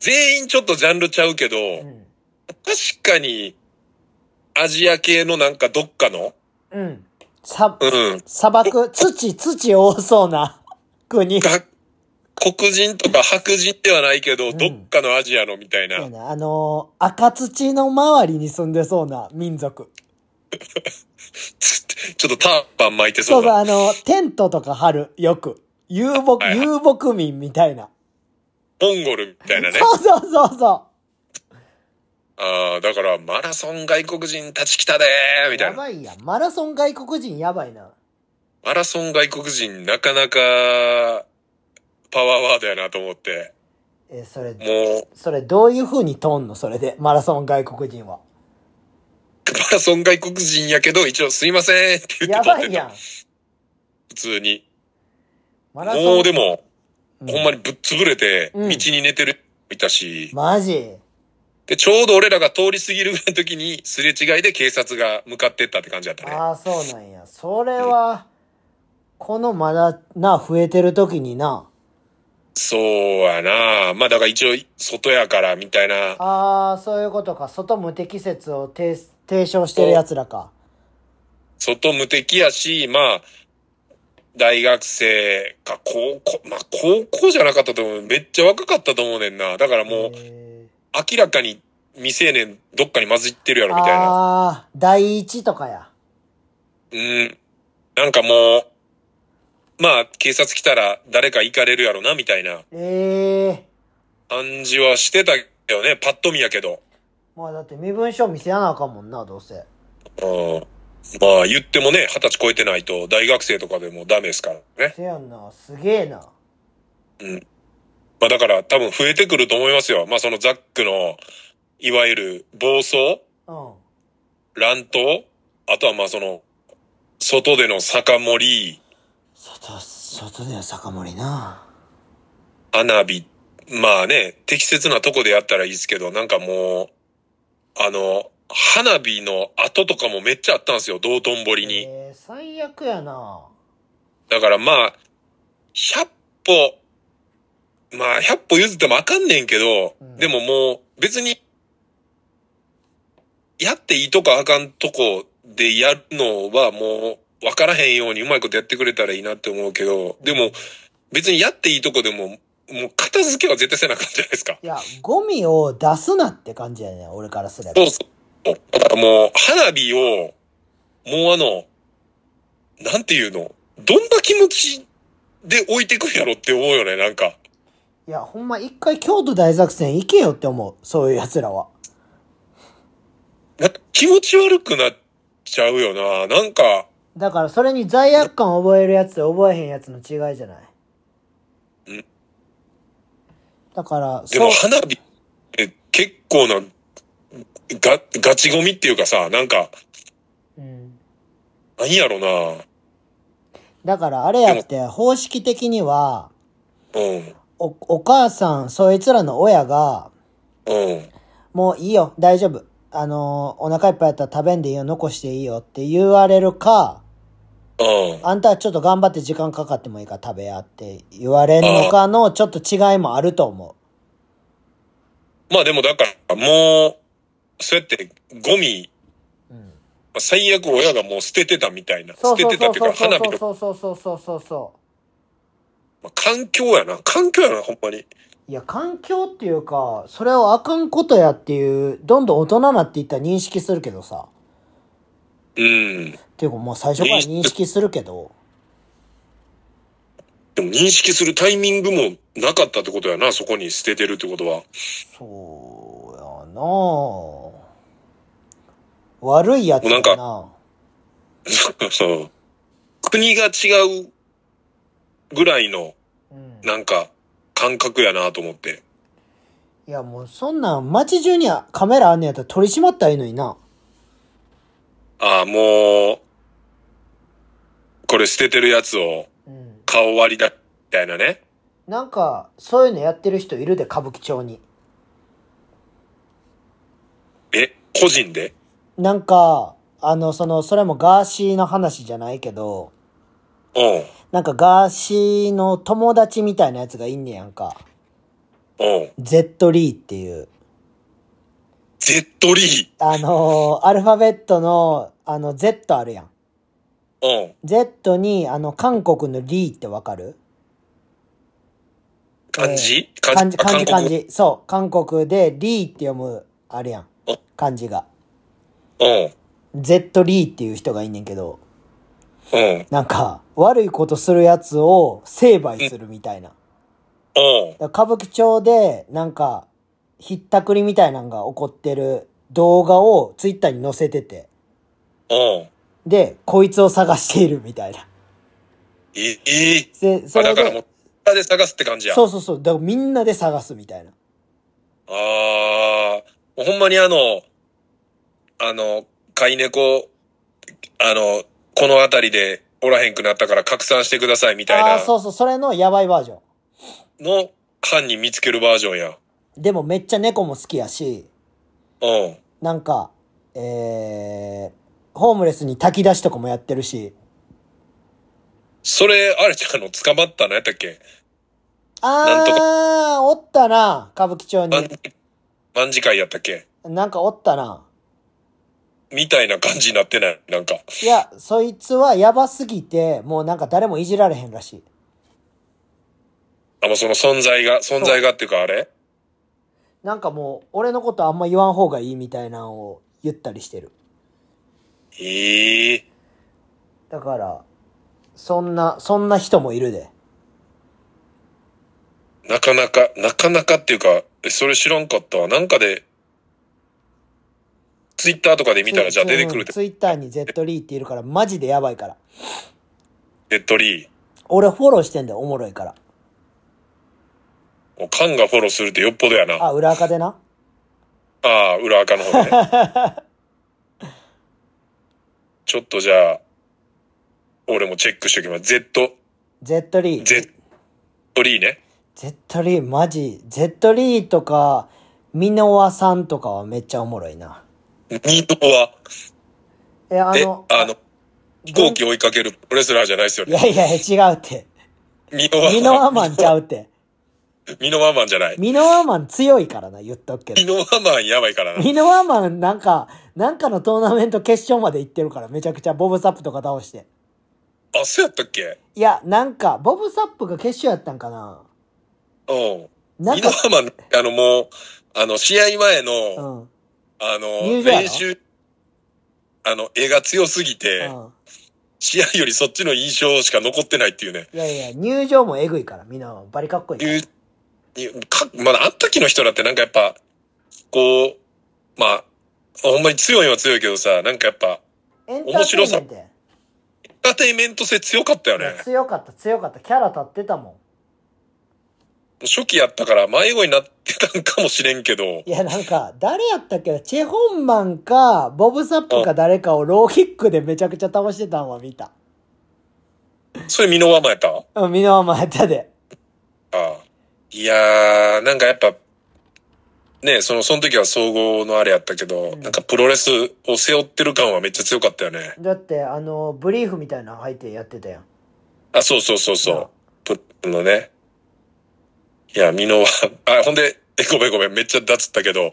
全員ちょっとジャンルちゃうけど、うん。確かに、アジア系のなんかどっかの、うん。さ、うん、砂漠、土、土多そうな国。が、黒人とか白人ではないけど、んどっかのアジアのみたいな。そうやなあのー赤土の周りに住んでそうな民族。つってちょっとターパン巻いてそそううそう、な。あの、テントとか張る、よく。遊牧、はいはい遊牧民みたいな。モンゴルみたいなね。そうそうそうそああ、だから、マラソン外国人たち来たでーう。みたやいな。ばいやん。マラソン外国人やばいな。マラソン外国人なかなか、パワーワードやなと思って。えーそれ、もそれどういう風に通んのそれで、マラソン外国人は。う、マラソン外国人やけど、一応すいませんって言やってば通っていたやん。普通に。マラソン。もうでも、うん、ほんまにぶっ潰れて、う道んに寝てる、いたし、マジで、ちょうど俺らが通り過ぎるぐらいの時に、すれ違いで警察が向かってったって感じだったね。ああ、そうなんや。それは、このまだ、な、増えてる時にな。そうやなまあだから一応、外やからみたいな。ああ、そういうことか。外無適切を提提唱してる奴らか。外無敵やし、まあ、大学生か高校、まあ高校じゃなかったと思う。めっちゃ若かったと思うねんな。だからもう、へ明らかに未成年どっかに混じってるやーろみたいな。ああ、第一とかや。うん。なんかもう、まあ警察来たら誰か行かれるやろなみたいなええ感じはしてたけどね。パッと見やけど。まあだって身分証見せやなあかんもんな、どうせ。うんまあ言ってもね、二十歳超えてないと大学生とかでもダメですからね。せやんな。すげえな。うん。まあだから多分増えてくると思いますよ。まあそのザックの、いわゆる暴走、うん。乱闘、あとはまあその、外での酒盛り、外、外での酒盛りな。花火、まあね、適切なとこでやったらいいですけど、なんかもう、あの、花火の跡とかもめっちゃあったんですよ、道頓堀に。えー、最悪やな。だからまあ、100歩、まあ100歩譲ってもあかんねんけど、うんでももう別に、やっていいとかあかんとこでやるのはもう分からへんようにうまいことやってくれたらいいなって思うけど、でも別にやっていいとこでも、もう片付けは絶対せなあかんじゃないですか。いや、ゴミを出すなって感じやね俺からすれば。そうそう。だからもう花火を、もうあの、なんていうの、どんな気持ちで置いてくんやろって思うよね、なんか。いや、ほんま一回京都大作戦行けよって思う。そういう奴らは。なんか気持ち悪くなっちゃうよな。なんか、だからそれに罪悪感覚えるやつと覚えへんやつの違いじゃないうん。だから、でそもう。花火って結構な、が、ガチゴミっていうかさ、なんか、うん。何やろな。だからあれやって、方式的には、うん、お、お母さん、そいつらの親が、うん、もういいよ、大丈夫。あのーお腹いっぱいやったら食べんでいいよ、残していいよって言われるか、うん。あんたちょっと頑張って時間かかってもいいから食べやって言われんのかのちょっと違いもあると思まあでもだから、もう、そうやってゴミ、う。うん。まあ最悪親がもう捨ててたみたいな。そ捨うそてうてそたっうていうそうか花火そとうそうそうそうそうそうそまあ環境やな。環境やな、ほんまに。う。いや、環境っていうか、それをあかんことやっていう、どんどん大人になっていったら認識するけどさ。うん。っていうかもう最初から認識するけど。でも認識するタイミングもなかったってことやな、そこに捨ててるってことは。 そうやなぁ。悪いやつやもうなんなそう。国が違うぐらいの、うん。なんか、感覚やなと思って。いやもうそんなん街中にはカメラあんねやったら取り締まったらいいのにな。ああ、もう、これ捨ててるやつをうん。顔割りだ、みたいなね。なんか、そういうのやってる人いるで、歌舞伎町に。え、個人でなんか、あの、その、それもガーシーの話じゃないけど、うん、なんかガーシーの友達みたいなやつがいんねやんか。うん。 Z リーっていう。ゼットリあ のーアルファベットの、あの、Z あるやん。ー。うん。 Z に、あの、韓国のリーってわかる漢字漢字、漢字、漢韓国字。そう。韓国でリーって読む、あるやんお。漢字が。うん、 Z リーっていう人がいんねんけど、うん、なんか、悪いことするやつを成敗するみたいな。うん。だから歌舞伎町で、なんか、ひったくりみたいなのが起こってる動画をツイッターに載せてて、うん。で、こいつを探しているみたいな。いい、いい。で、そあ、れだからもでう、、下で探すって感じや。そうそうそう、だからみんなで探すみたいな。ああ、ほんまにあの、あの、飼い猫、あの、この辺りでおらへんくなったから拡散してくださいみたいああー、なそうそう、それのやばいバージョン。の犯人見つけるバージョンや。でもめっちゃ猫も好きやし、うん。なんか、えー、ホームレスに炊き出しとかもやってるし、それ、あれちゃんの捕まったのやったっけなんとあー、おったな、歌舞伎町万に。万次会やったっけなんかおったな。みたいな感じになってないなんか。いや、そいつはやばすぎて、もうなんか誰もいじられへんらしい。あ、もうその存在が、存在がっていうかあれなんかもう、俺のことあんま言わん方がいいみたいなのを言ったりしてる。ええだから、そんな、そんな人もいるで。なかなか、なかなかっていうか、えそれ知らんかったわ。なんかで、ツイッターとかで見たら、じゃあ出てくるってツイッターに Z リーっているから、マジでやばいから。ネットリー。俺フォローしてんだよ、おもろいから。もうカンがフォローするってよっぽどやな。ああ、裏垢でな。あ、裏垢の方ね。 ちょっとじゃあ、俺もチェックしておきます。Z、ゼットリー。 Z リーね。ゼットリー、マジ。ゼットリーとか、ミノワさんとかはめっちゃおもろいな。ニートは、え、あえ、の、あの、飛行機追いかけるプロレスラーじゃないですよいね。やいや、違う って。ミノワミノワマン。マンちゃうって。ミノワマンじゃない。ミノワマン強いからな、言っとくけどミ。ノワマンやばいからな。ミノワマンなんか、なんかのトーナメント決勝まで行ってるから、めちゃくちゃボブサップとか倒して。あ、そうやったっけいや、なんか、ボブサップが決勝やったんかなうん。なんミノか、ワマン、あのもう、あの、試合前うの、ん。うん。あ入の、場やろ練習、あの、絵が強すぎて、試合よりそっちの印象しか残ってないっていうね。いやいや、入場もえぐいから、ミノワマン。バリかっこいいから。いう、いうか、まだあの時の人だってなんかやっぱ、こう、まあ、ほんまに強いは強いけどさ、なんかやっぱ、エンターテインメントやエンターテインメント性強かったよいねや。強かった、強かった。キャラ立ってたも初期やったから迷子になってたんかもしれんけどん。、いや、なんか、誰やったっけチェホンマンか、ボブサップか誰かをローキックでめちゃくちゃ倒してたんは見た。それミノワマンやったあうん、ミノワマンやったで。あ。いやー、なんかやっぱ、ねその、その時は総合のあれやったけど、んなんかプロレスを背負ってる感はめっちゃ強かったよね。だって、あの、ブリーフみたいなの履いてやってたやん。あ、そうそうそうそう。うんプロのね。いや、ミノは、 あ、ほんで、え、ごめんごめん、めっちゃ脱ったけど、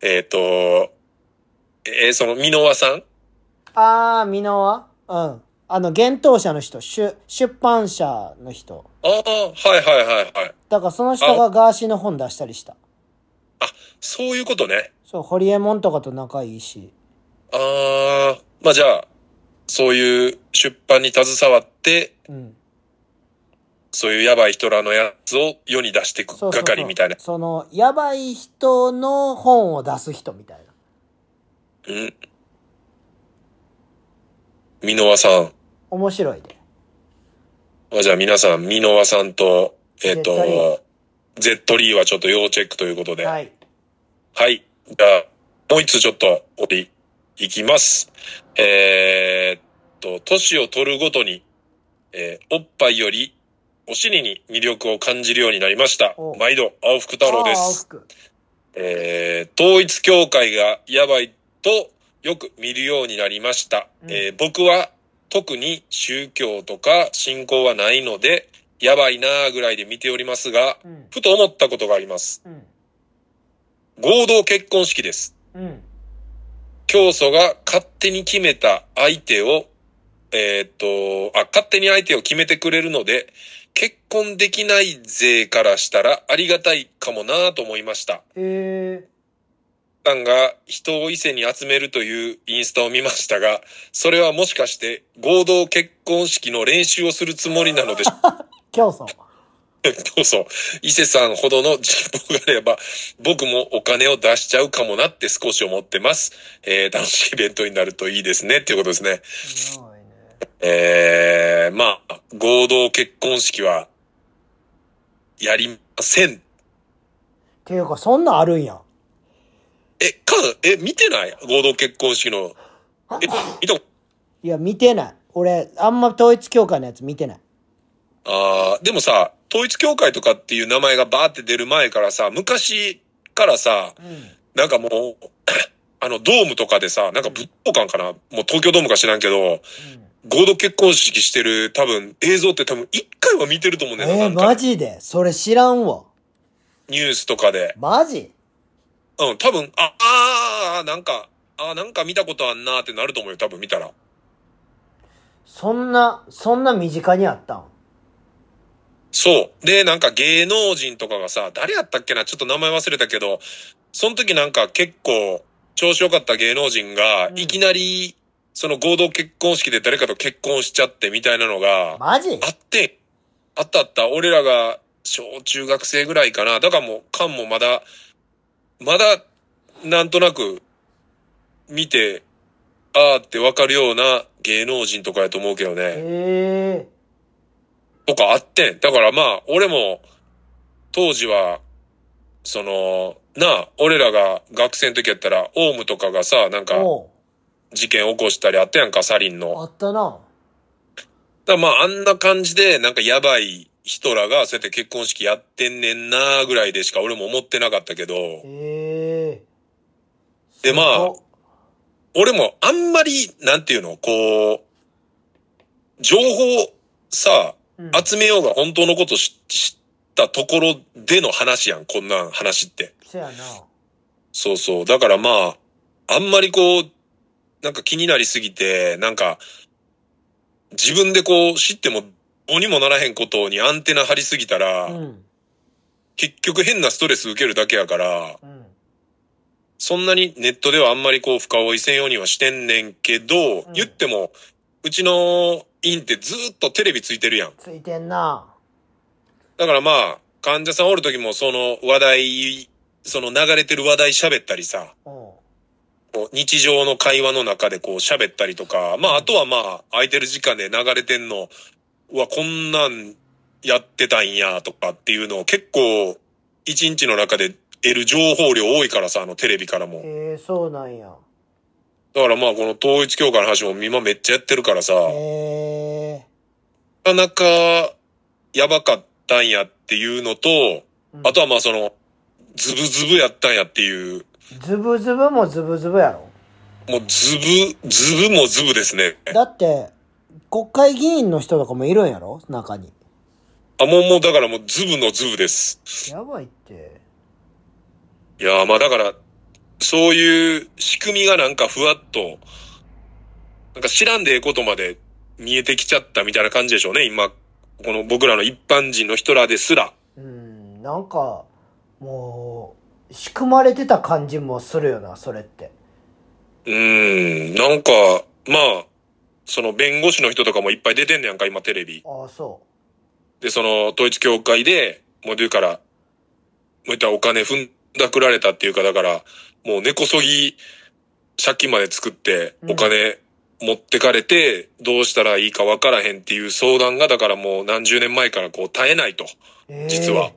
えっ、と、えーその、ミノワさんあー、ミノワうん。あの、幻冬者の人、出、出版社の人。ああ、はいはいはいはい。だからその人がガーシーの本出したりした。そういうことね。そう、ホリエモンとかと仲いいし。ああ、まあじゃあ、そういう出版に携わって、うん。そういうやばい人らのやつを世に出していくそうそうそう係みたいな。その、やばい人の本を出す人みたいな。うん。ミノワさん。面白いで。まあじゃあ皆さん、ミノワさんと、えっ、と、Z リーはちょっと要チェックということで。は。はいい。じゃあ、もう一つちょっと、おり、いきます。えーっと、年を取るごとに、えーおっぱいより、お尻に魅力を感じるようになりましたお。毎度、青福太郎であー青す。福えー、統一教会がやばいとよく見るようになりました。うんえー僕は特に宗教とか信仰はないので、やばいなーぐらいで見ておりますが、うん。ふと思ったことがあります。うん。合同結婚式です。うん。教祖が勝手に決めた相手を、えーっと、あ、勝手に相手を決めてくれるので、結婚できない勢からしたらありがたいかもなーと思いました。えさんが人を伊勢に集めるというインスタを見ましたが、それはもしかして合同結婚式の練習をするつもりなのでしょうか ー、競争。どうぞ、伊勢さんほどの人望があれば、僕もお金を出しちゃうかもなって少し思ってます。えー、楽しいイベントになるといいですね、っていうことですね。すごいね。えー、まあ、合同結婚式は、やりません。ていうか、そんなんあるんや。え、か、え、見てない合同結婚式の。え、見たこといや、見てない。俺、あんま統一教会のやつ見てない。ああ、でもさ、統一教会とかっていう名前がバーって出る前からさ、昔からさ、うなんかもう、 あの、ドームとかでさ、なんか武道館かなもう東京ドームか知らんけど、合同結婚式してる多分映像って多分一回は見てると思うんん。だよなえー、なんかマジでそれ知らんわ。ニュースとかで。マジうん、多分、あ、あー、なんか、あー、なんか見たことあんなーってなると思うよ、多分見たら。そんな、そんな身近にあったんそう。で、なんか芸能人とかがさ、誰やったっけなちょっと名前忘れたけど、その時なんか結構、調子良かった芸能人がう、んいきなり、その合同結婚式で誰かと結婚しちゃってみたいなのが、あマジって、あったあった。俺らが、小中学生ぐらいかな。だからもう、カンもまだ、まだ、なんとなく、見て、あーってわかるような芸能人とかやと思うけどね。ええとかあってん。だからまあ、俺も、当時は、その、なあ、俺らが学生の時やったら、オウムとかがさ、なんか、おう事件起こしたりあったやんか、サリンの。あったな。だからまあ、あんな感じで、なんかやばい人らが、そうやって結婚式やってんねんな、ぐらいでしか俺も思ってなかったけど、ええでまあ俺もあんまり、なんていうの、こう、情報、さ、うん、集めようが本当のこと知知ったところでの話やん、こんなん話って。せやな。そうそう。だからまあ、あんまりこう、なんか気になりすぎて、なんか、自分でこう知ってもどうにもならへんことにアンテナ張りすぎたら、うん。結局変なストレス受けるだけやから、うん。そんなにネットではあんまりこう深追いせんようにはしてんねんけど、うん言っても、うちの院ってずーっとテレビついてるやん。ついてんな。だからまあ、患者さんおる時もその話題、その流れてる話題喋ったりさ、うん。こう日常の会話の中でこう喋ったりとか、まああとはまあ空いてる時間で流れてんの、うわ、こんなんやってたんやとかっていうのを結構一日の中で得る情報量多いからさ、あのテレビからも。ええそうなんや。だからまあこの統一教会の話も今めっちゃやってるからさ、ええなかなかやばかったんやっていうのと、うんあとはまあその、ズブズブやったんやっていう、ズブズブもズブズブやろ。もうズブ、ズブもズブですね。だって、国会議員の人とかもいるんやろ中に。あ、もうもうだからもうズブのズブです。やばいって。いやーまあだから、そういう仕組みがなんかふわっと、なんか知らんでええことまで見えてきちゃったみたいな感じでしょうね、今。この僕らの一般人の人らですら。うん、なんか、もう、仕組まれてた感じもするよな、それって。うーん、なんか、まあ、その弁護士の人とかもいっぱい出てんねやんか、今テレビ。ああ、そで、その統一教会で、もう言うから、もう言ったらお金踏んだくられたっていうか、だから、もう根こそぎ、借金まで作って、うんお金持ってかれて、どうしたらいいかわからへんっていう相談が、だからもう何十年前からこう絶えないと。う。ええ実は。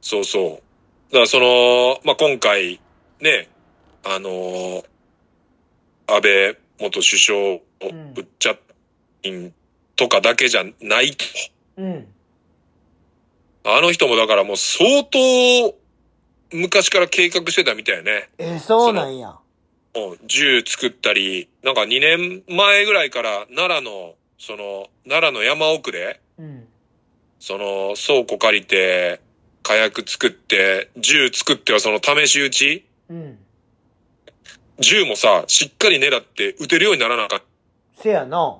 そうそう。だからその、まあ、今回、ね、あのー安倍元首相をんぶっちゃんとかだけじゃないと。うん。あの人もだからもう相当昔から計画してたみたいね。ええそうなんや。もう銃作ったり、なんか2年前ぐらいから奈良の、その、奈良の山奥で、うん。その倉庫借りて、火薬作って、銃作ってはその試し撃ちうん。銃もさ、しっかり狙って撃てるようにならなかった。せやな。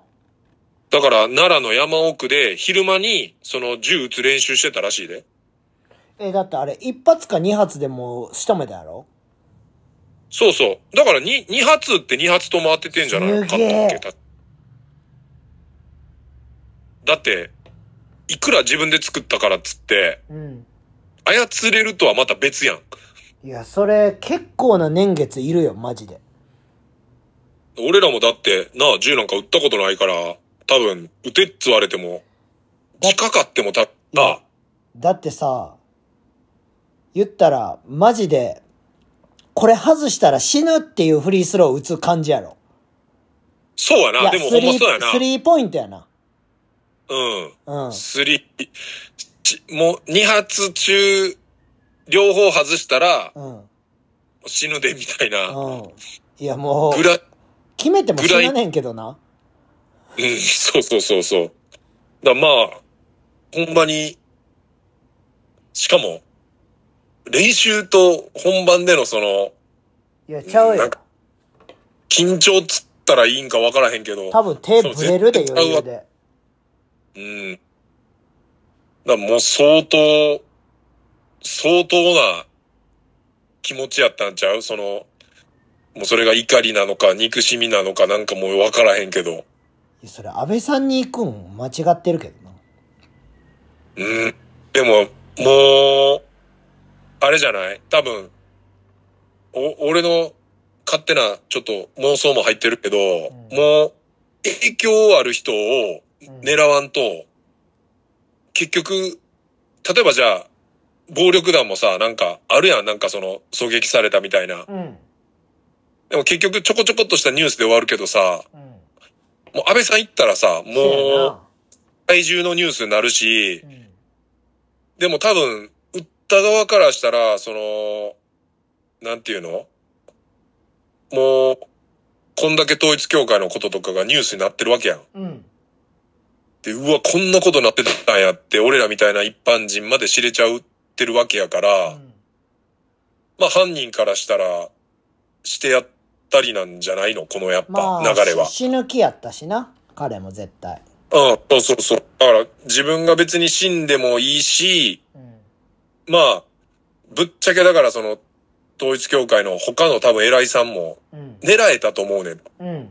だから奈良の山奥で昼間にその銃撃つ練習してたらしいで。え、だってあれ、一発か二発でもう仕留めたやろそうそう。だから2、2発って2発とも当ててんじゃないかったすっげえけただって、いくら自分で作ったからっつって、うん。操れるとはまた別やん。いや、それ、結構な年月いるよ、マジで。俺らもだって、なあ、銃なんか撃ったことないから、多分、撃てっつわれても、だ近かってもた、なあ、だってさ、言ったら、マジで、これ外したら死ぬっていうフリースロー打つ感じやろ。そうやいな、やでもスほんリまーそうやな。スリーポイントやな。うん。うん。スリー、ちもう、2発中、両方外したら、うん。死ぬで、みたいな。うん。いや、もうぐ、らい、決めても死なねんけどな。うん、そうそうそうそう。だまあ、ほんまに、しかも、練習と本番でのその、いや、ちゃうなよん。か緊張っつったらいいんかわからへんけど、多分手ぶれるで余裕で。うん。だもう相当、相当な気持ちやったんちゃうその、もうそれが怒りなのか、憎しみなのかなんかもうわからへんけど。いやそれ、安倍さんに行くん間違ってるけどな。うん。でも、もう、あれじゃない多分、お、俺の勝手なちょっと妄想も入ってるけど、んもう、影響ある人をうん狙わんと、結局、例えばじゃあ、暴力団もさ、なんか、あるやん、なんかその、狙撃されたみたいな。うん。でも結局ちょこちょこっとしたニュースで終わるけどさ、うん。もう安倍さん行ったらさ、そうやもう、な体重のニュースになるしう、ん。でも多分、売った側からしたら、その、なんていうのもう、こんだけ統一教会のこととかがニュースになってるわけやん。うん。で、うわ、こんなことなってたんやって、俺らみたいな一般人まで知れちゃうってるわけやから、うんまあ犯人からしたら、してやったりなんじゃないのこのやっまぱあ、流れはし。死ぬ気やったしな。彼も絶対。うん、そうそうそう。だから自分が別に死んでもいいし、うん。まあ、ぶっちゃけだからその、統一教会の他の多分偉いさんもうん。狙えたと思うねん。うん。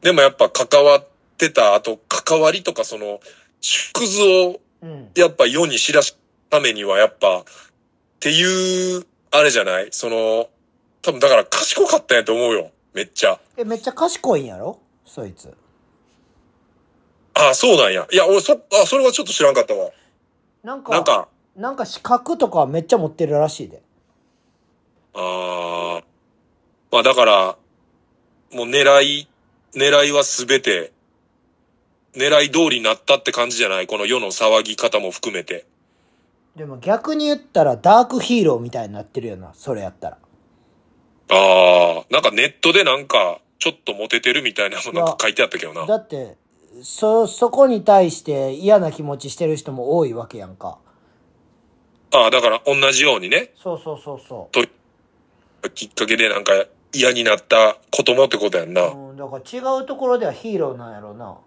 でもやっぱ関わってた、あと関わりとかその、縮図をうん。やっぱ世に知らすためにはやっぱ、っていう、あれじゃないその、多分だから賢かったんやと思うよ。めっちゃ。え、めっちゃ賢いんやろそいつ。ああ、そうなんや。いや、俺そ、あ、それはちょっと知らんかったわ。なんか、なんか、なんか資格とかめっちゃ持ってるらしいで。ああ、まあだから、もう狙い、狙いはすべて、狙い通りになったって感じじゃないこの世の騒ぎ方も含めて。でも逆に言ったらダークヒーローみたいになってるよな。それやったら。ああ、なんかネットでなんか、ちょっとモテてるみたいなのなんか書いてあったけどな。だって、そ、そこに対して嫌な気持ちしてる人も多いわけやんか。ああ、だから同じようにね、そうそうそうそきっかけでなんか嫌になった子供ってことやんな。う。うん、だから違うところではヒーローなんやろな。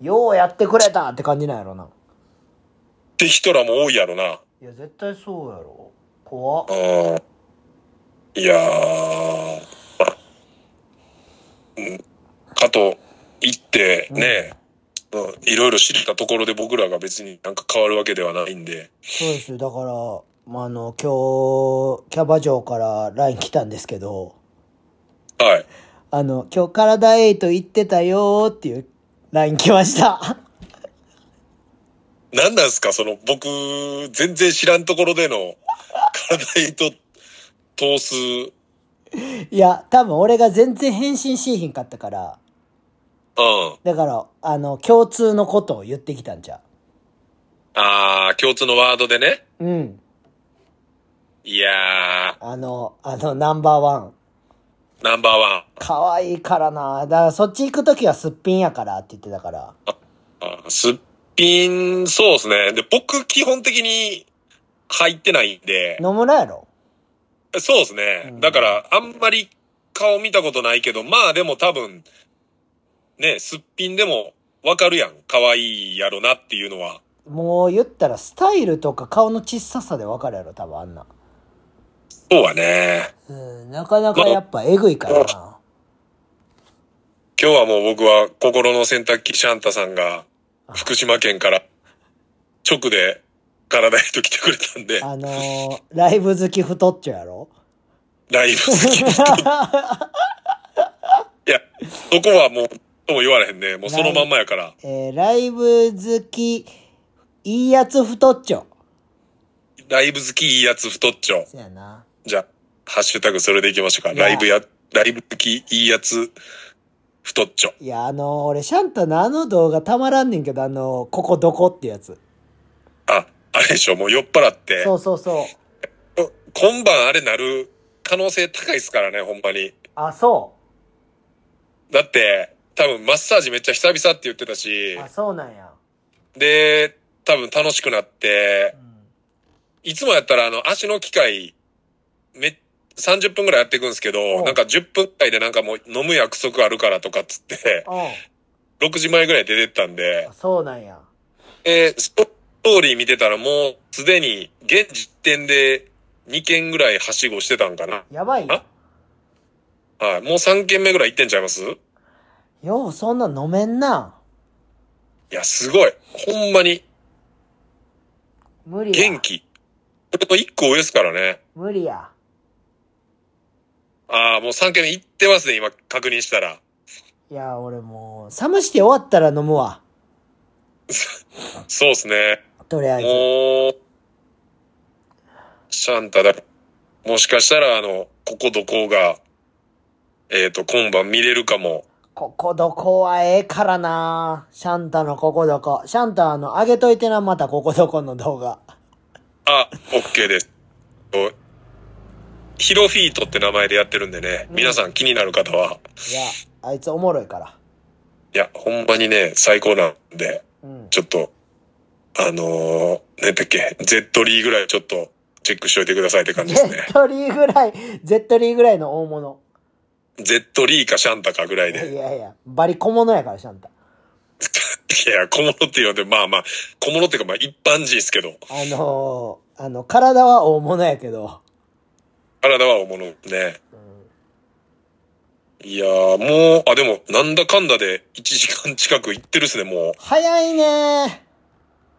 ようやってくれたって感じなんやろな。って人らも多いやろな。あいや、絶対そうやろ。怖っあ。いやー、うんかと言ってね、うんいろいろ知れたところで僕らが別になんか変わるわけではないんで。そうですよ。だから、まあ、あの、今日、キャバ嬢から LINE 来たんですけど、はい。あの、今日体エイト行ってたよーっていう LINE 来ました。 何なんすかその僕、全然知らんところでの 体と通す。いや、多分俺が全然返信しひんかったから、うん。だから、あの、共通のことを言ってきたんじゃあー、共通のワードでね。う。うん。いやー、あの、あの、ナンバーワン。ナンバーワン。可愛いからな。だから、そっち行くときはすっぴんやからって言ってたから。あすっぴん、そうですね。で、僕、基本的に入ってないんで、野村やろそうですうねん。だから、あんまり顔見たことないけど、まあでも多分、ね、すっぴんでもわかるやん。可愛いやろなっていうのは。もう言ったら、スタイルとか顔の小ささでわかるやろ、多分あんな。そうはね。うん、なかなかやっぱえぐいからな。今日はもう僕は心の洗濯機シャンタさんが福島県から直で体へと来てくれたんで、あのー、ライブ好き太っちょやろ ライブ好き。いや、そこはもう、とも言われへんね。もうそのまんまやから。えー、ライブ好き、いいやつ太っちょ。ライブ好きいいやつ太っちょ。そやな。じゃあ、ハッシュタグそれでいきましょうか。いやライブや、ライブ好きいいやつ太っちょ。いや、あのー俺、シャンタのあの動画たまらんねんけど、あのーここどこってやつ。あ、あれでしょ、もう酔っ払って。そうそうそう。お今晩あれなる可能性高いですからね、ほんまに。あ、そだって、多分マッサージめっちゃ久々って言ってたしう。、あ、そうなんや。で、多分楽しくなってう、ん。いつもやったらあの足の機械、め、30分ぐらいやっていくんですけうんど、なんか10分くらいでなんかもう飲む約束あるからとかっつって、う6時前ぐらい出てったんでん。あ、、そうなんや。えーストーリー見てたらもうすでに現時点で2件ぐらいはしごしてたんかな。やばいよ。はい。もう3件目ぐらい行ってんちゃいますいよう、そんなん飲めんな。や、すごい。ほんまに無理や元。気。これと1個上ですからね。無理や。ああ、もう3件目行ってますね、今確認したら。いや、俺もう、冷まして終わったら飲むわ。そうっすね。とりあえず。もう、シャンタだ。もしかしたら、あの、ここどこが、えっ、と、今晩見れるかも。ここどこはええからなシャンタのここどこ。シャンタあの、上げといてな、またここどこの動画。あ、オッケーです。とヒロフィートって名前でやってるんでね、皆さん気になる方は、いや、あいつおもろいから。いや、ほんまにね、最高なんで、うん。ちょっと、あのー、なんだっけ、Z リーぐらいちょっと、チェックしておいてくださいって感じですね。 Z リーぐらい、Z リーぐらいの大物。 Z リーかシャンタかぐらいいで。やいや、バリ小物やから、シャンタ。いや、小物って呼んで、まあまあ、小物っていうか、まあ一般人ですけど、あのー、あの、体は大物やけど。体は大物ね。うんいやー、もう、あ、でも、なんだかんだで1時間近く行ってるっすね、もう。早いね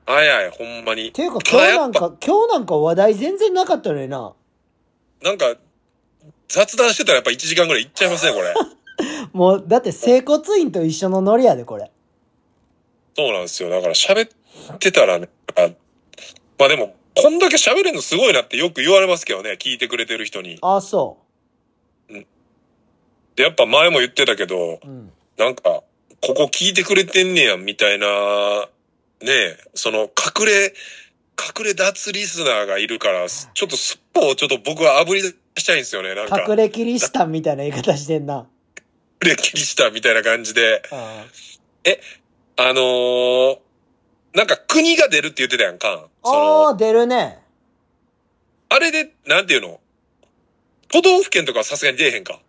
早い、ほんまに。ていうか、た今だ日やなっんぱか、今日なんか話題全然なかったのにな。なんか、雑談してたらやっぱ1時間ぐらいいっちゃいますね、これ。もう、だって、整骨院と一緒のノリやで、これ。そうなんですよ。だから喋ってたらね、あまあでも、こんだけ喋れるのすごいなってよく言われますけどね、聞いてくれてる人に。あ、そで、やっぱ前も言ってたけど、う。うん。なんか、ここ聞いてくれてんねやん、みたいな、ねえその、隠れ、隠れ脱リスナーがいるから、ちょっとすっぽをちょっと僕は炙り出したいんですよね、なんか。隠れキリシタンみたいな言い方してんな。 れっきりしたみたいな感じで。ああのー、なんか国が出るって言ってたやんか。そあの、ー、出るね。あれで、なんていうの都道府県とかはさすがに出えへんか。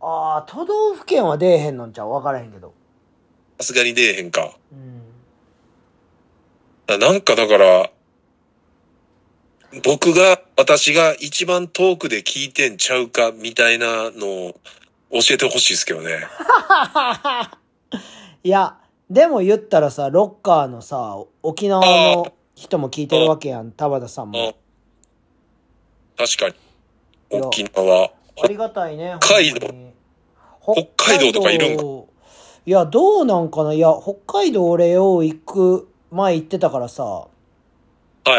ああ、都道府県は出えへんのんちゃう分からへんけど。さすがに出えへんか。うん。 ななんかだから、僕が、私が一番遠くで聞いてんちゃうか、みたいなのを教えてほしいですけどね。いや、でも言ったらさ、ロッカーのさ、沖縄の人も聞いてるわけやん、田畑さんうんも。確かに。いや沖縄。ありがたいね。北海道ほんまに北北海道とかいるんかかいや、どうなんかないや、北海道俺よう行く前行ってたからさ、は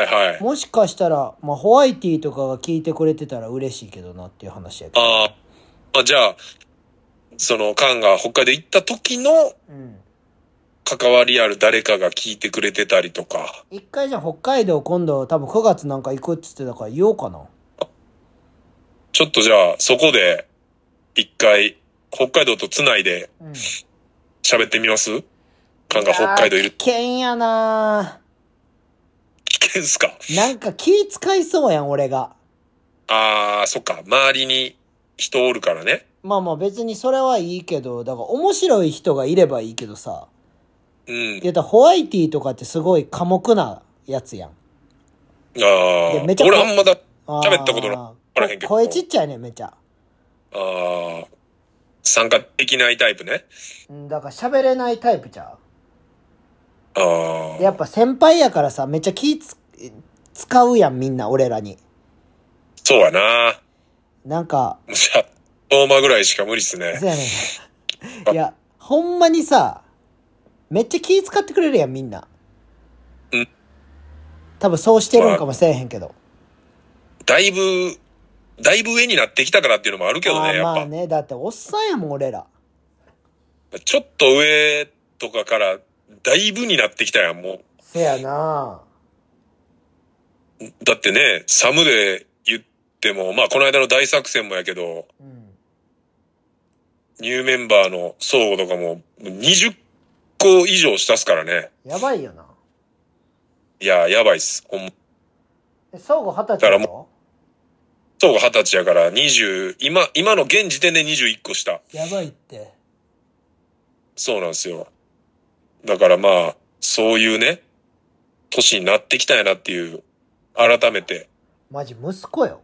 いはい。もしかしたら、まあ、ホワイティとかが聞いてくれてたら嬉しいけどなっていう話やけど。あーまあ、じゃあ、その、カンが北海道行った時のうん。関わりある誰かが聞いてくれてたりとか。一回じゃあ北海道今度多分9月なんか行くっつってたから言おうかな。ちょっとじゃあ、そこで、一回、北海道とつないでうん。喋ってみますカンが北海道いる。危険やな危険っすかなんか気使いそうやん、俺が。あー、そっか。周りに人おるからね。まあまあ別にそれはいいけど、だから面白い人がいればいいけどさ。うん。言うたらホワイティとかってすごい寡黙なやつやん。あやめちー。ゃ俺あんまだ、あー喋ったことないからへんけど声ちっちゃいね、めちゃ。あー、参加できないタイプね。うんだから喋れないタイプちゃあう。やー。っぱ先輩やからさ、めっちゃ気つ使うやん、みんな、俺らに。そうやな。なんか、もうじゃあ、トーマぐらいしか無理っすねそ。やねん。いや、ほんまにさ、めっちゃ気使ってくれるやん、みんな。うん。多分そうしてるんかもせえへんけど。だいぶ、だいぶ上になってきたからっていうのもあるけどあね、ーやっまぱあ。ね、だっておっさんやもん、俺ら。ちょっと上とかから、だいぶになってきたやん、もせやなう。だってね、サムで言っても、まあ、この間の大作戦もやけど、うん。ニューメンバーの相互とかも、20個以上したすからね。やばいよな。いや、やばいっす。ほんま。え、相互二十だ歳からだもろ相互20歳やから、20、今、今の現時点で21個した。やばいって。そうなんですよ。だからまあ、そういうね、年になってきたんやなっていう、改めて。マジ息子よ。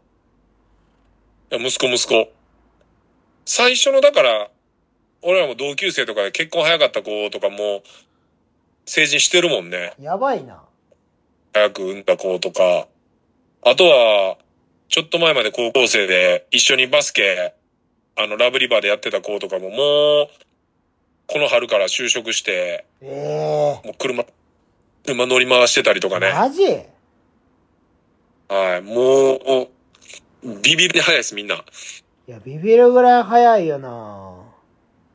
いや息子息子。最初のだから、俺らも同級生とかで結婚早かった子とかも、成人してるもんね。やばいな。早く産んだ子とか。あとは、ちょっと前まで高校生で一緒にバスケ、あの、ラブリバーでやってた子とかももう、この春から就職して、ええもう車、車乗り回してたりとかね。マジはい。もう、ビビりに早いです、みんな。いや、ビビるぐらい早いよな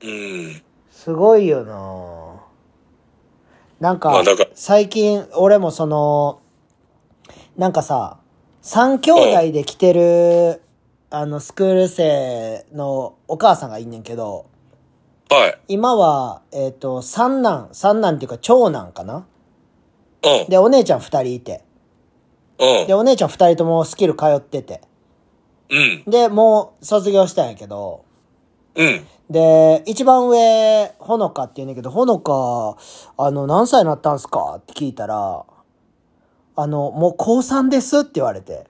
うん。すごいよななんかまあだから、最近、俺もその、なんかさ、三兄弟で来てる、あの、スクール生のお母さんがいんねんけど、はい。今は、えっ、と、三男、三男っていうか長男かなうん。で、お姉ちゃん二人いて。うで、お姉ちゃん二人ともスキル通ってて。ん。うん。で、もう卒業したんやけど、うん。で、一番上、ほのかって言うんだけど、ほのか、あの、何歳になったんすかって聞いたら、あの、もう高3ですって言われて、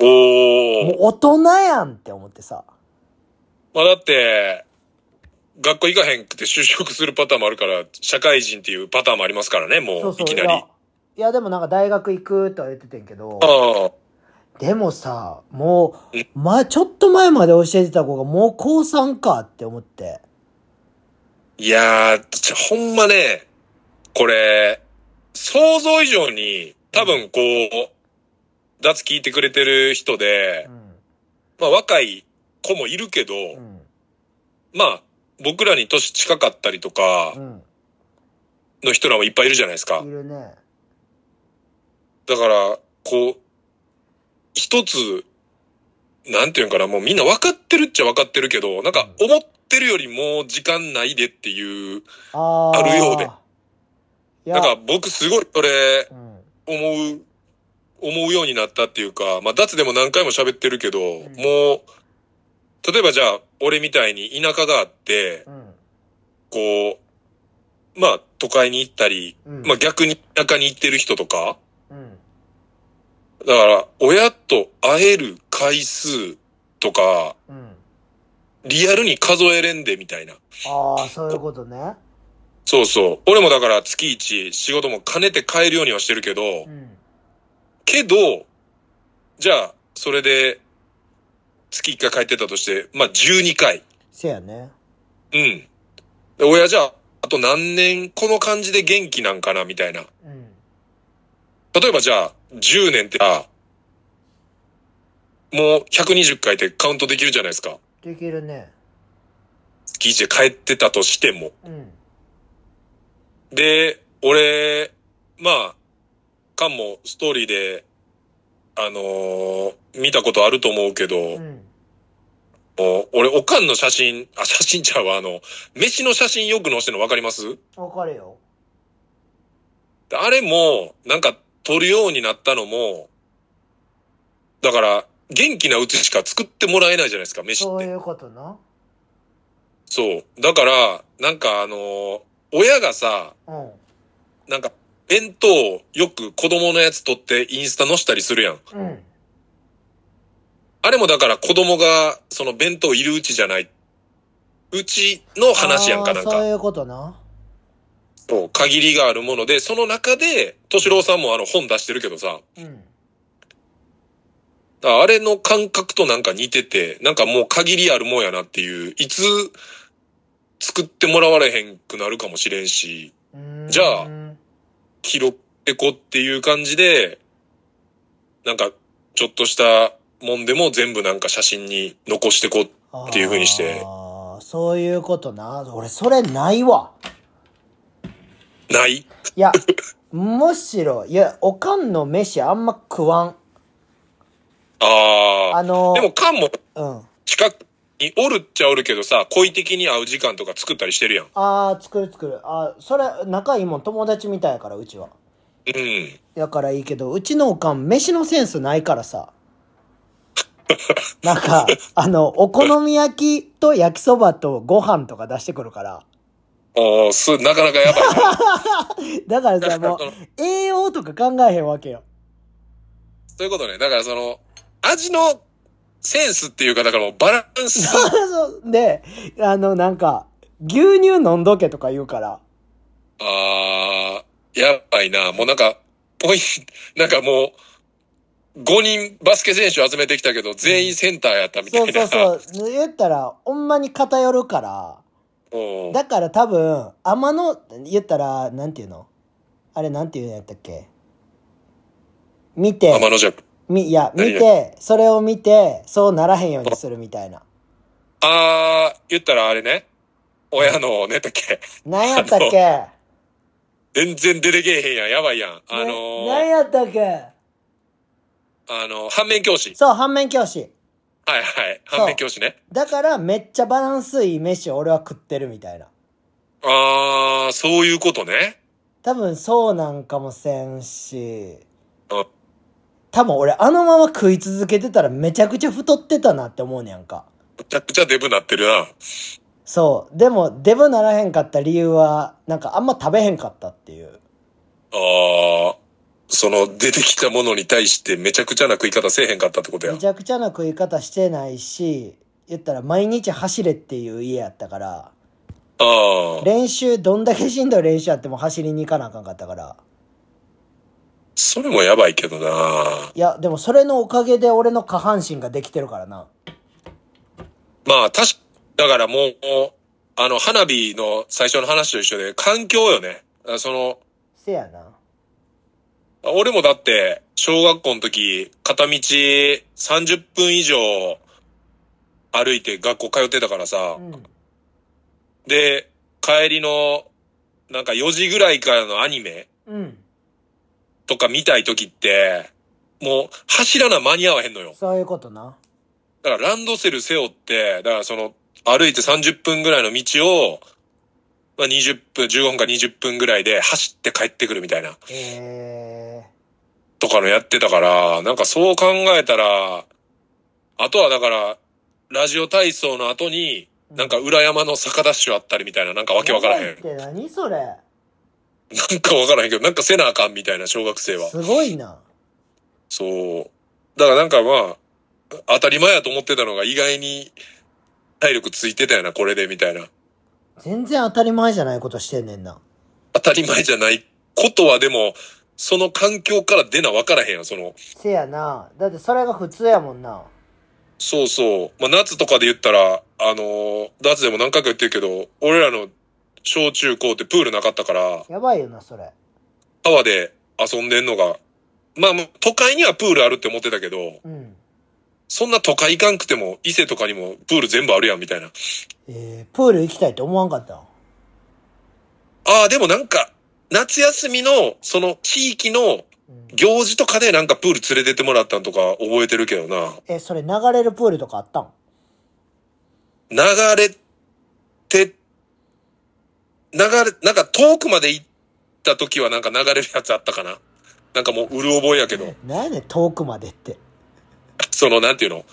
もおうー。大人やんって思ってさ。まあだって、学校行かへんくて就職するパターンもあるから、社会人っていうパターンもありますからね、もう、いきないり。やあ、いやでもなんか大学行くとは言っててんけど、あ。でもさ、もうう、前、ちょっと前まで教えてた子がもう高3かって思って。いやー、ちょほんまね、これ、想像以上に、多分こう、脱聞いてくれてる人でう、ん。まあ若い子もいるけど、うん。まあ、僕らに年近かったりとかうの人らもいっぱいいるじゃないですかん。い。るね。だから、こう、一つ、なんていうんかな、もうみんな分かってるっちゃ分かってるけど、なんか思ってるよりもう時間ないでっていう、あーあるようで。いやなんか僕すごいこれ、うん。思う、思うようになったっていうか、まあ、脱でも何回も喋ってるけど、んもう、例えばじゃあ、俺みたいに田舎があって、うん。こう、まあ、都会に行ったり、うん。まあ、逆に田舎に行ってる人とか、うん。だから、親と会える回数とか、うん。リアルに数えれんで、みたいな。ああ、そういうことね。そうそう。俺もだから月一仕事も兼ねて帰るようにはしてるけど、うん。けど、じゃあ、それで、月1回帰ってたとして、まあ、12回。せやね。うん。で親じゃあ、あと何年、この感じで元気なんかな、みたいな。うん。例えばじゃあ、10年って、あもう120回ってカウントできるじゃないですか。できるね。月1で帰ってたとしても。うん。で、俺、まあ、カンもストーリーで、あのー見たことあると思うけど、うん。もう俺、おかんの写真、あ、写真ちゃうわ、あの、飯の写真よく載せてるの分かりますわかるよ。あれも、なんか、撮るようになったのも、だから、元気なうちしか作ってもらえないじゃないですか、飯っそういて。うことな。そう。だから、なんかあのー親がさ、うん。なんか、弁当をよく子供のやつ撮ってインスタ載したりするやん。うん。あれもだから子供が、その弁当いるうちじゃない、うちの話やんかあーなんそうか。いうことな。そう、限りがあるもので、その中で、敏郎さんもあの本出してるけどさ、うん。だからあれの感覚となんか似てて、なんかもう限りあるもんやなっていう、いつ作ってもらわれへんくなるかもしれんし、うーんじゃあうん。拾ってこっていう感じで、なんかちょっとしたもんでも全部なんか写真に残してこっていう風にしてああ、そういうことな。俺、それないわ。ないいや、 むしろ、いや、おかんの飯あんま食わん。ああのあ。でーも、カンもうん。近くにおるっちゃおるけどさ、恋的に会う時間とか作ったりしてるやん。ああ、作る作る。ああ、それ、仲いいもん、友達みたいやから、うちは。うん。だからいいけど、うちのおかん、飯のセンスないからさ。 なんか、あの、お好み焼きと焼きそばとご飯とか出してくるから。ああ、す、なかな かやばいな。だからさ、もう、栄養とか考えへんわけよ。 そういうことね。だからその、味のセンスっていうか、だからもうバランス。そうそうで、あの、なんか、牛乳飲んどけとか言うから。あー、やばいな。もうなんか、ポイン ト、なんかもう、5人バスケ選手集めてきたけど、全員センターやったみたそいうそな。うそう。言ったら、ほんまに偏るから。 うんだから多分、天の、言ったら、なんていうのあれなんて言うんやったっけ見て、天の弱。み、いや、何見て、それを見て、そうならへんようにするみたい な。あー、言ったらあれね。親の、ねだっけ。なんやったっけ全然出てけえへんやん。やばいやん。あのななんー、やったっけあのー、反面教師。そう、反面教師。はいはい。反面教師ね。だから、めっちゃバランスいい飯を俺は食ってるみたいな。あー、そういうことね。多分、そうなんかもせんし、うん多分俺、あのまま食い続けてたらめちゃくちゃ太ってたなって思うねやんか。むちゃくちゃデブなってるな。そう。でも、デブならへんかった理由は、なんかあんま食べへんかったっていう。ああ、その出てきたものに対してめちゃくちゃな食い方せえへんかったってことやめ。ちゃくちゃな食い方してないし、言ったら毎日走れっていう家やったから、ああ、練習、どんだけしんどい練習やっても走りに行かなあかんかったから。それもやばいけどな。いや、でもそれのおかげで俺の下半身ができてるからな。まあ、確か、だからもう、あの、花火の最初の話と一緒で、環境よね。あその、せやな。俺もだって、小学校の時、片道30分以上歩いて学校通ってたからさう、ん。で、帰りの、なんか4時ぐらいからのアニメ、うん。とか見たい時って、もう走らな間に合わへんのよ。そういうことな。だからランドセル背負って、だからその歩いて30分ぐらいの道を、まあ、20分、15分か20分ぐらいで走って帰ってくるみたいな、えとかのやってたから、なんかそう考えたら、あとはだから、ラジオ体操の後に、ー。なんか、裏山の坂ダッシュあったりみたいな、なんかわけわからへん。やばいって何それなんかわからへんけど、なんかせなあかんみたいな小学生は。すごいな。そう。だからなんかまあ、当たり前やと思ってたのが意外に体力ついてたよな、これでみたいな。全然当たり前じゃないことしてんねんな。当たり前じゃないことはでも、その環境から出な分からへんよ、その。せやな。だってそれが普通やもんな。そうそう。まあ夏とかで言ったら、あのー夏でも何回か言ってるけど、俺らの小中高ってプールなかったから、やばいよな、それ。川で遊んでんのが、まあもう都会にはプールあるって思ってたけど、うん。そんな都会行かんくても、伊勢とかにもプール全部あるやん、みたいな。えー、プール行きたいって思わんかったんああ、でもなんか、夏休みの、その地域のうん行事とかでなんかプール連れてってもらったんとか覚えてるけどな。え、それ流れるプールとかあったん流れて、流れ、なんか遠くまで行った時はなんか流れるやつあったかな。なんかもううる覚えやけど、なんやねん、遠くまでって。そのなんていうの、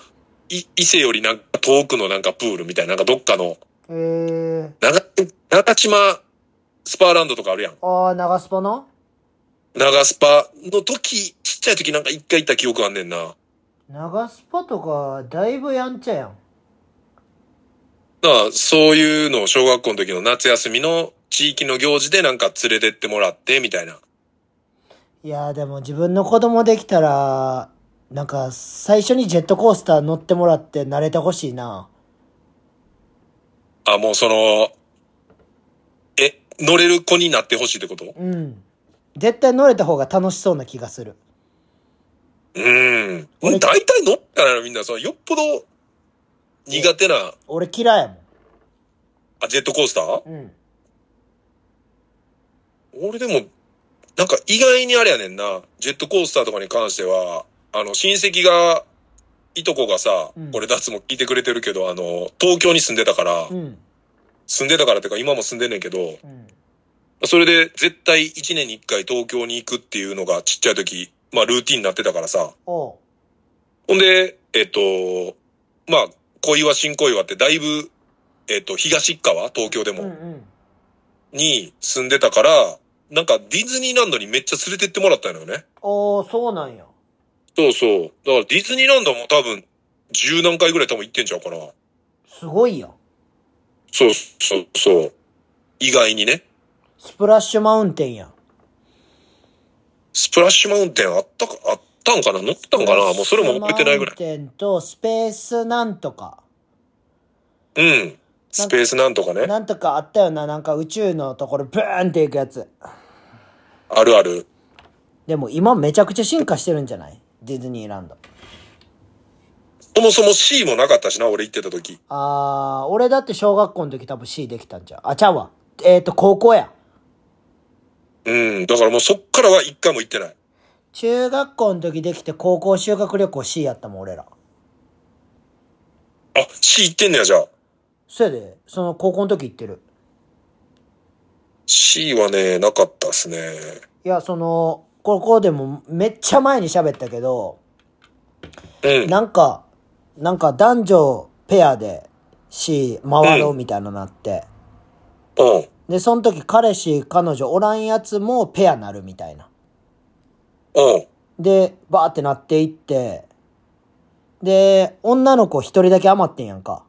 い伊勢よりなんか遠くのなんかプールみたいな、なんかどっかの、えー、長、長島スパーランドとかあるやん。あー、長スポの長スパの時、ちっちゃい時なんか一回行った記憶あんねんな。長スパとか、だいぶやんちゃやん。まあ、そういうのを小学校の時の夏休みの地域の行事でなんか連れてってもらって、みたいな。いやーでも自分の子供できたら、なんか最初にジェットコースター乗ってもらって慣れてほしいな。あ、もうその、え、乗れる子になってほしいってことうん。絶対乗れた方が楽しそうな気がする。うーん。大体乗ったらみんな、そのよっぽど苦手な、俺嫌いやあ、ジェットコースターもん。うん。俺でも、なんか意外にあれやねんな、ジェットコースターとかに関しては、あの、親戚が、いとこがさうん、これ脱も聞いてくれてるけど、あの、東京に住んでたからう、ん。住んでたからっていうか今も住んでんねんけど、うん。それで絶対1年に1回東京に行くっていうのがちっちゃい時、まあルーティンになってたからさ。おう。ほんで、えっと、まあ、小岩新小岩ってだいぶ、えっと、東側、東京でうんうも、ん。に住んでたから、なんかディズニーランドにめっちゃ連れてってもらったのよね。おー、そうなんや。そうそう。だからディズニーランドも多分、十何回ぐらい多分行ってんちゃうかな。すごいやん。そうそうそう。意外にね。スプラッシュマウンテンやん。スプラッシュマウンテンあったか、あったんかな乗ったんかなもうそれも覚えてないぐらいス。プラッシュマウンテンとスペースなんとか。うん。スペースなんとかね。なんとかあったよな。なんか宇宙のところブーンっていくやつ。ああるある。でも今めちゃくちゃ進化してるんじゃないディズニーランド。そもそも C もなかったしな、俺行ってた時。あー、俺だって小学校の時多分 C できたんじゃう。あ、ちゃうわ。えっ、と、高校や。うん。だからもうそっからは一回も行ってない。中学校の時できて高校修学旅行 C やったもん、俺ら。あ、C 行ってんねや、じゃあ。そやで、その高校の時行ってる。 C はね、なかったっすね。いや、その、高校でもめっちゃ前に喋ったけど、うん。なんか、なんか男女ペアで C 回ろうみたいなのなって。うん。で、その時彼氏、彼女おらんやつもペアなるみたいな。うん。で、バーってなっていって、で、女の子一人だけ余ってんやんか。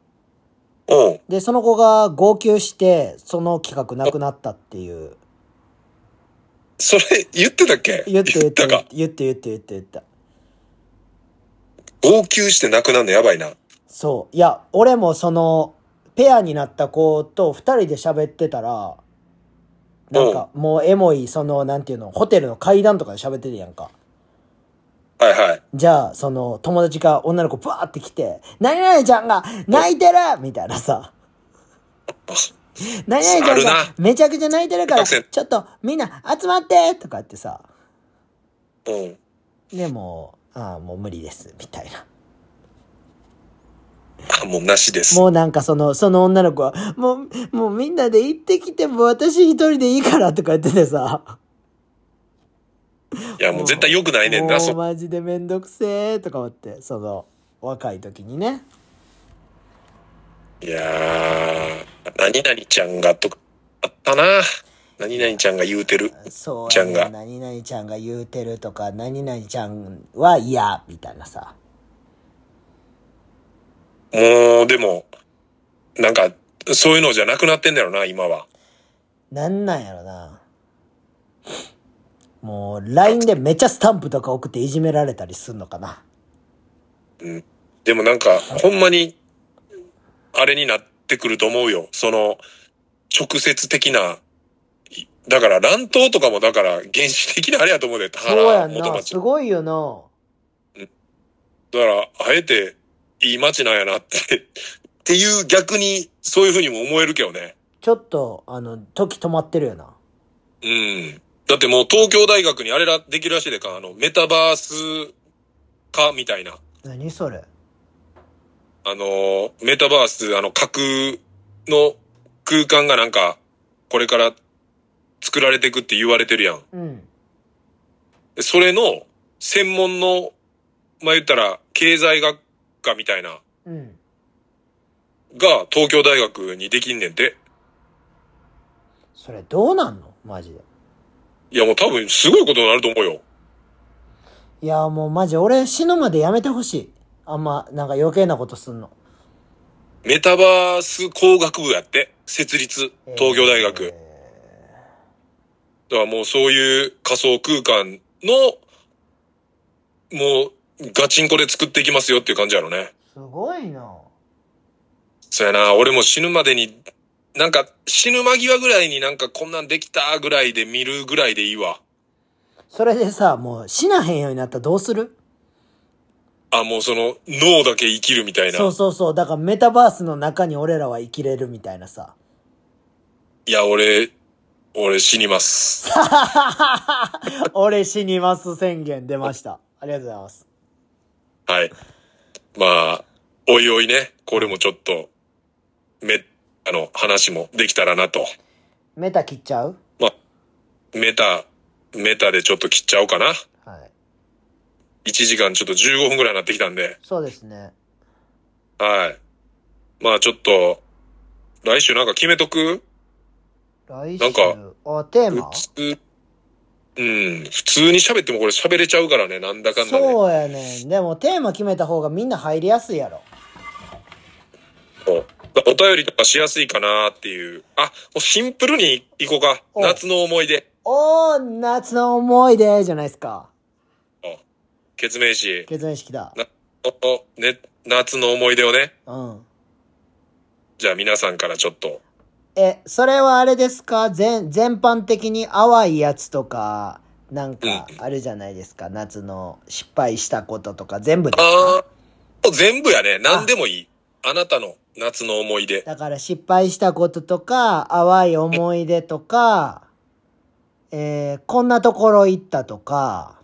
うん。で、その子が号泣して、その企画なくなったっていう。それ、言ってたっけ言って言ってた言っかて。言って言って言って言った。号泣してなくなるのやばいな。そう。いや、俺もその、ペアになった子と二人で喋ってたら、なんかもうエモい、その、なんていうの、ホテルの階段とかで喋ってるやんか。はいはい。じゃあ、その、友達が女の子バーって来て、何々ちゃんが泣いてるみたいなさ。何々ちゃんあがるめちゃくちゃ泣いてるから、学生ちょっとみんな集まってとかってさ。うん。でも、ああ、もう無理です、みたいな。あ、もうなしです。もうなんかその、その女の子は、もう、もうみんなで行ってきても私一人でいいからとか言っててさ。いや、もう絶対良くないねんもな、うそ、マジでめんどくせえとか思って、その、若い時にね。いやー、何々ちゃんがとか、あったな。何々ちゃんが言うてる。そうちやゃねんん、が何々ちゃんが言うてるとか、何々ちゃんは嫌、みたいなさ。もう、でも、なんか、そういうのじゃなくなってんだよな、今は。なんなんやろな。もう、LINE でめっちゃスタンプとか送っていじめられたりすんのかな。でもなんか、ほんまに、あれになってくると思うよ。その、直接的な、いだから乱闘とかもだから原始的なあれやと思うで、田そうや原ん元な。町す。ごいよな。だから、あえて、いい街なんやなって、っていう逆に、そういうふうにも思えるけどね。ちょっと、あの、時止まってるよな。うん。だってもう東京大学にあれらできるらしいでか、あの、メタバース化みたいな。何それあのー、メタバース、あの、架空の空間がなんか、これから作られていくって言われてるやん。うん。でそれの、専門の、まあ、言ったら、経済学科みたいな、うん。が東京大学にできんねんて。それどうなんのマジで。いやもう多分すごいことになると思うよ。いや、もうマジ、俺死ぬまでやめてほしい。あんま、なんか余計なことすんの。メタバース工学部やって、設立、東京大学。だえからもうそういう仮想空間の、もう、ガチンコで作っていきますよっていう感じやろね。ーすごいな。そうやな、俺も死ぬまでに、なんか死ぬ間際ぐらいになんかこんなんできたぐらいで見るぐらいでいいわ。それでさ、もう死なへんようになったらどうするあ、もうその、脳だけ生きるみたいな。そうそうそう。だからメタバースの中に俺らは生きれるみたいなさ。いや、俺、俺死にます。 俺死にます宣言出ました。ありがとうございます。はい。まあ、おいおいね、これもちょっと、め、あの、話もできたらなと。メタ切っちゃうまあ、メタ、メタでちょっと切っちゃおうかな。はい。 1時間ちょっと15分ぐらいになってきたんで。そうですね。はい。まあちょっと、来週なんか決めとく来週。なんかあ、テーマ普通、うん、普通に喋ってもこれ喋れちゃうからね、なんだかんだね。そうやねん。でもテーマ決めた方がみんな入りやすいやろ。そうお便りとかしやすいかなっていう。あ、もうシンプルにいこうか。お夏の思い出。おー、夏の思い出じゃないですか。決明詞。結婚式だ。なおおね、夏の思い出をね。うん。じゃあ皆さんからちょっとえ、それはあれですか全、全般的に淡いやつとか、なんかあるじゃないですか。夏の失敗したこととか全部ですかああ、全部やね。何でもいい。あなたの夏の思い出。だから失敗したこととか、淡い思い出とか、えーこんなところ行ったとか、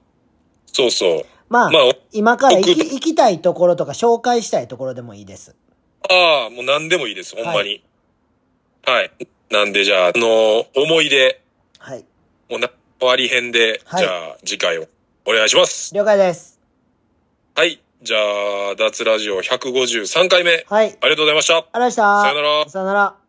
そうそう。まあ、まあお今から行き僕行きたいところとか紹介したいところでもいいです。ああ、もう何でもいいです。ほんまに。はい。なんでじゃあ、あのー思い出、はい。もうな終わり編で、はいじゃあ次回をお願いします。了解です。はい。じゃあ、脱ラジオ153回目、ありはい。がとうございました。ありがとうございました。さよならさよなら。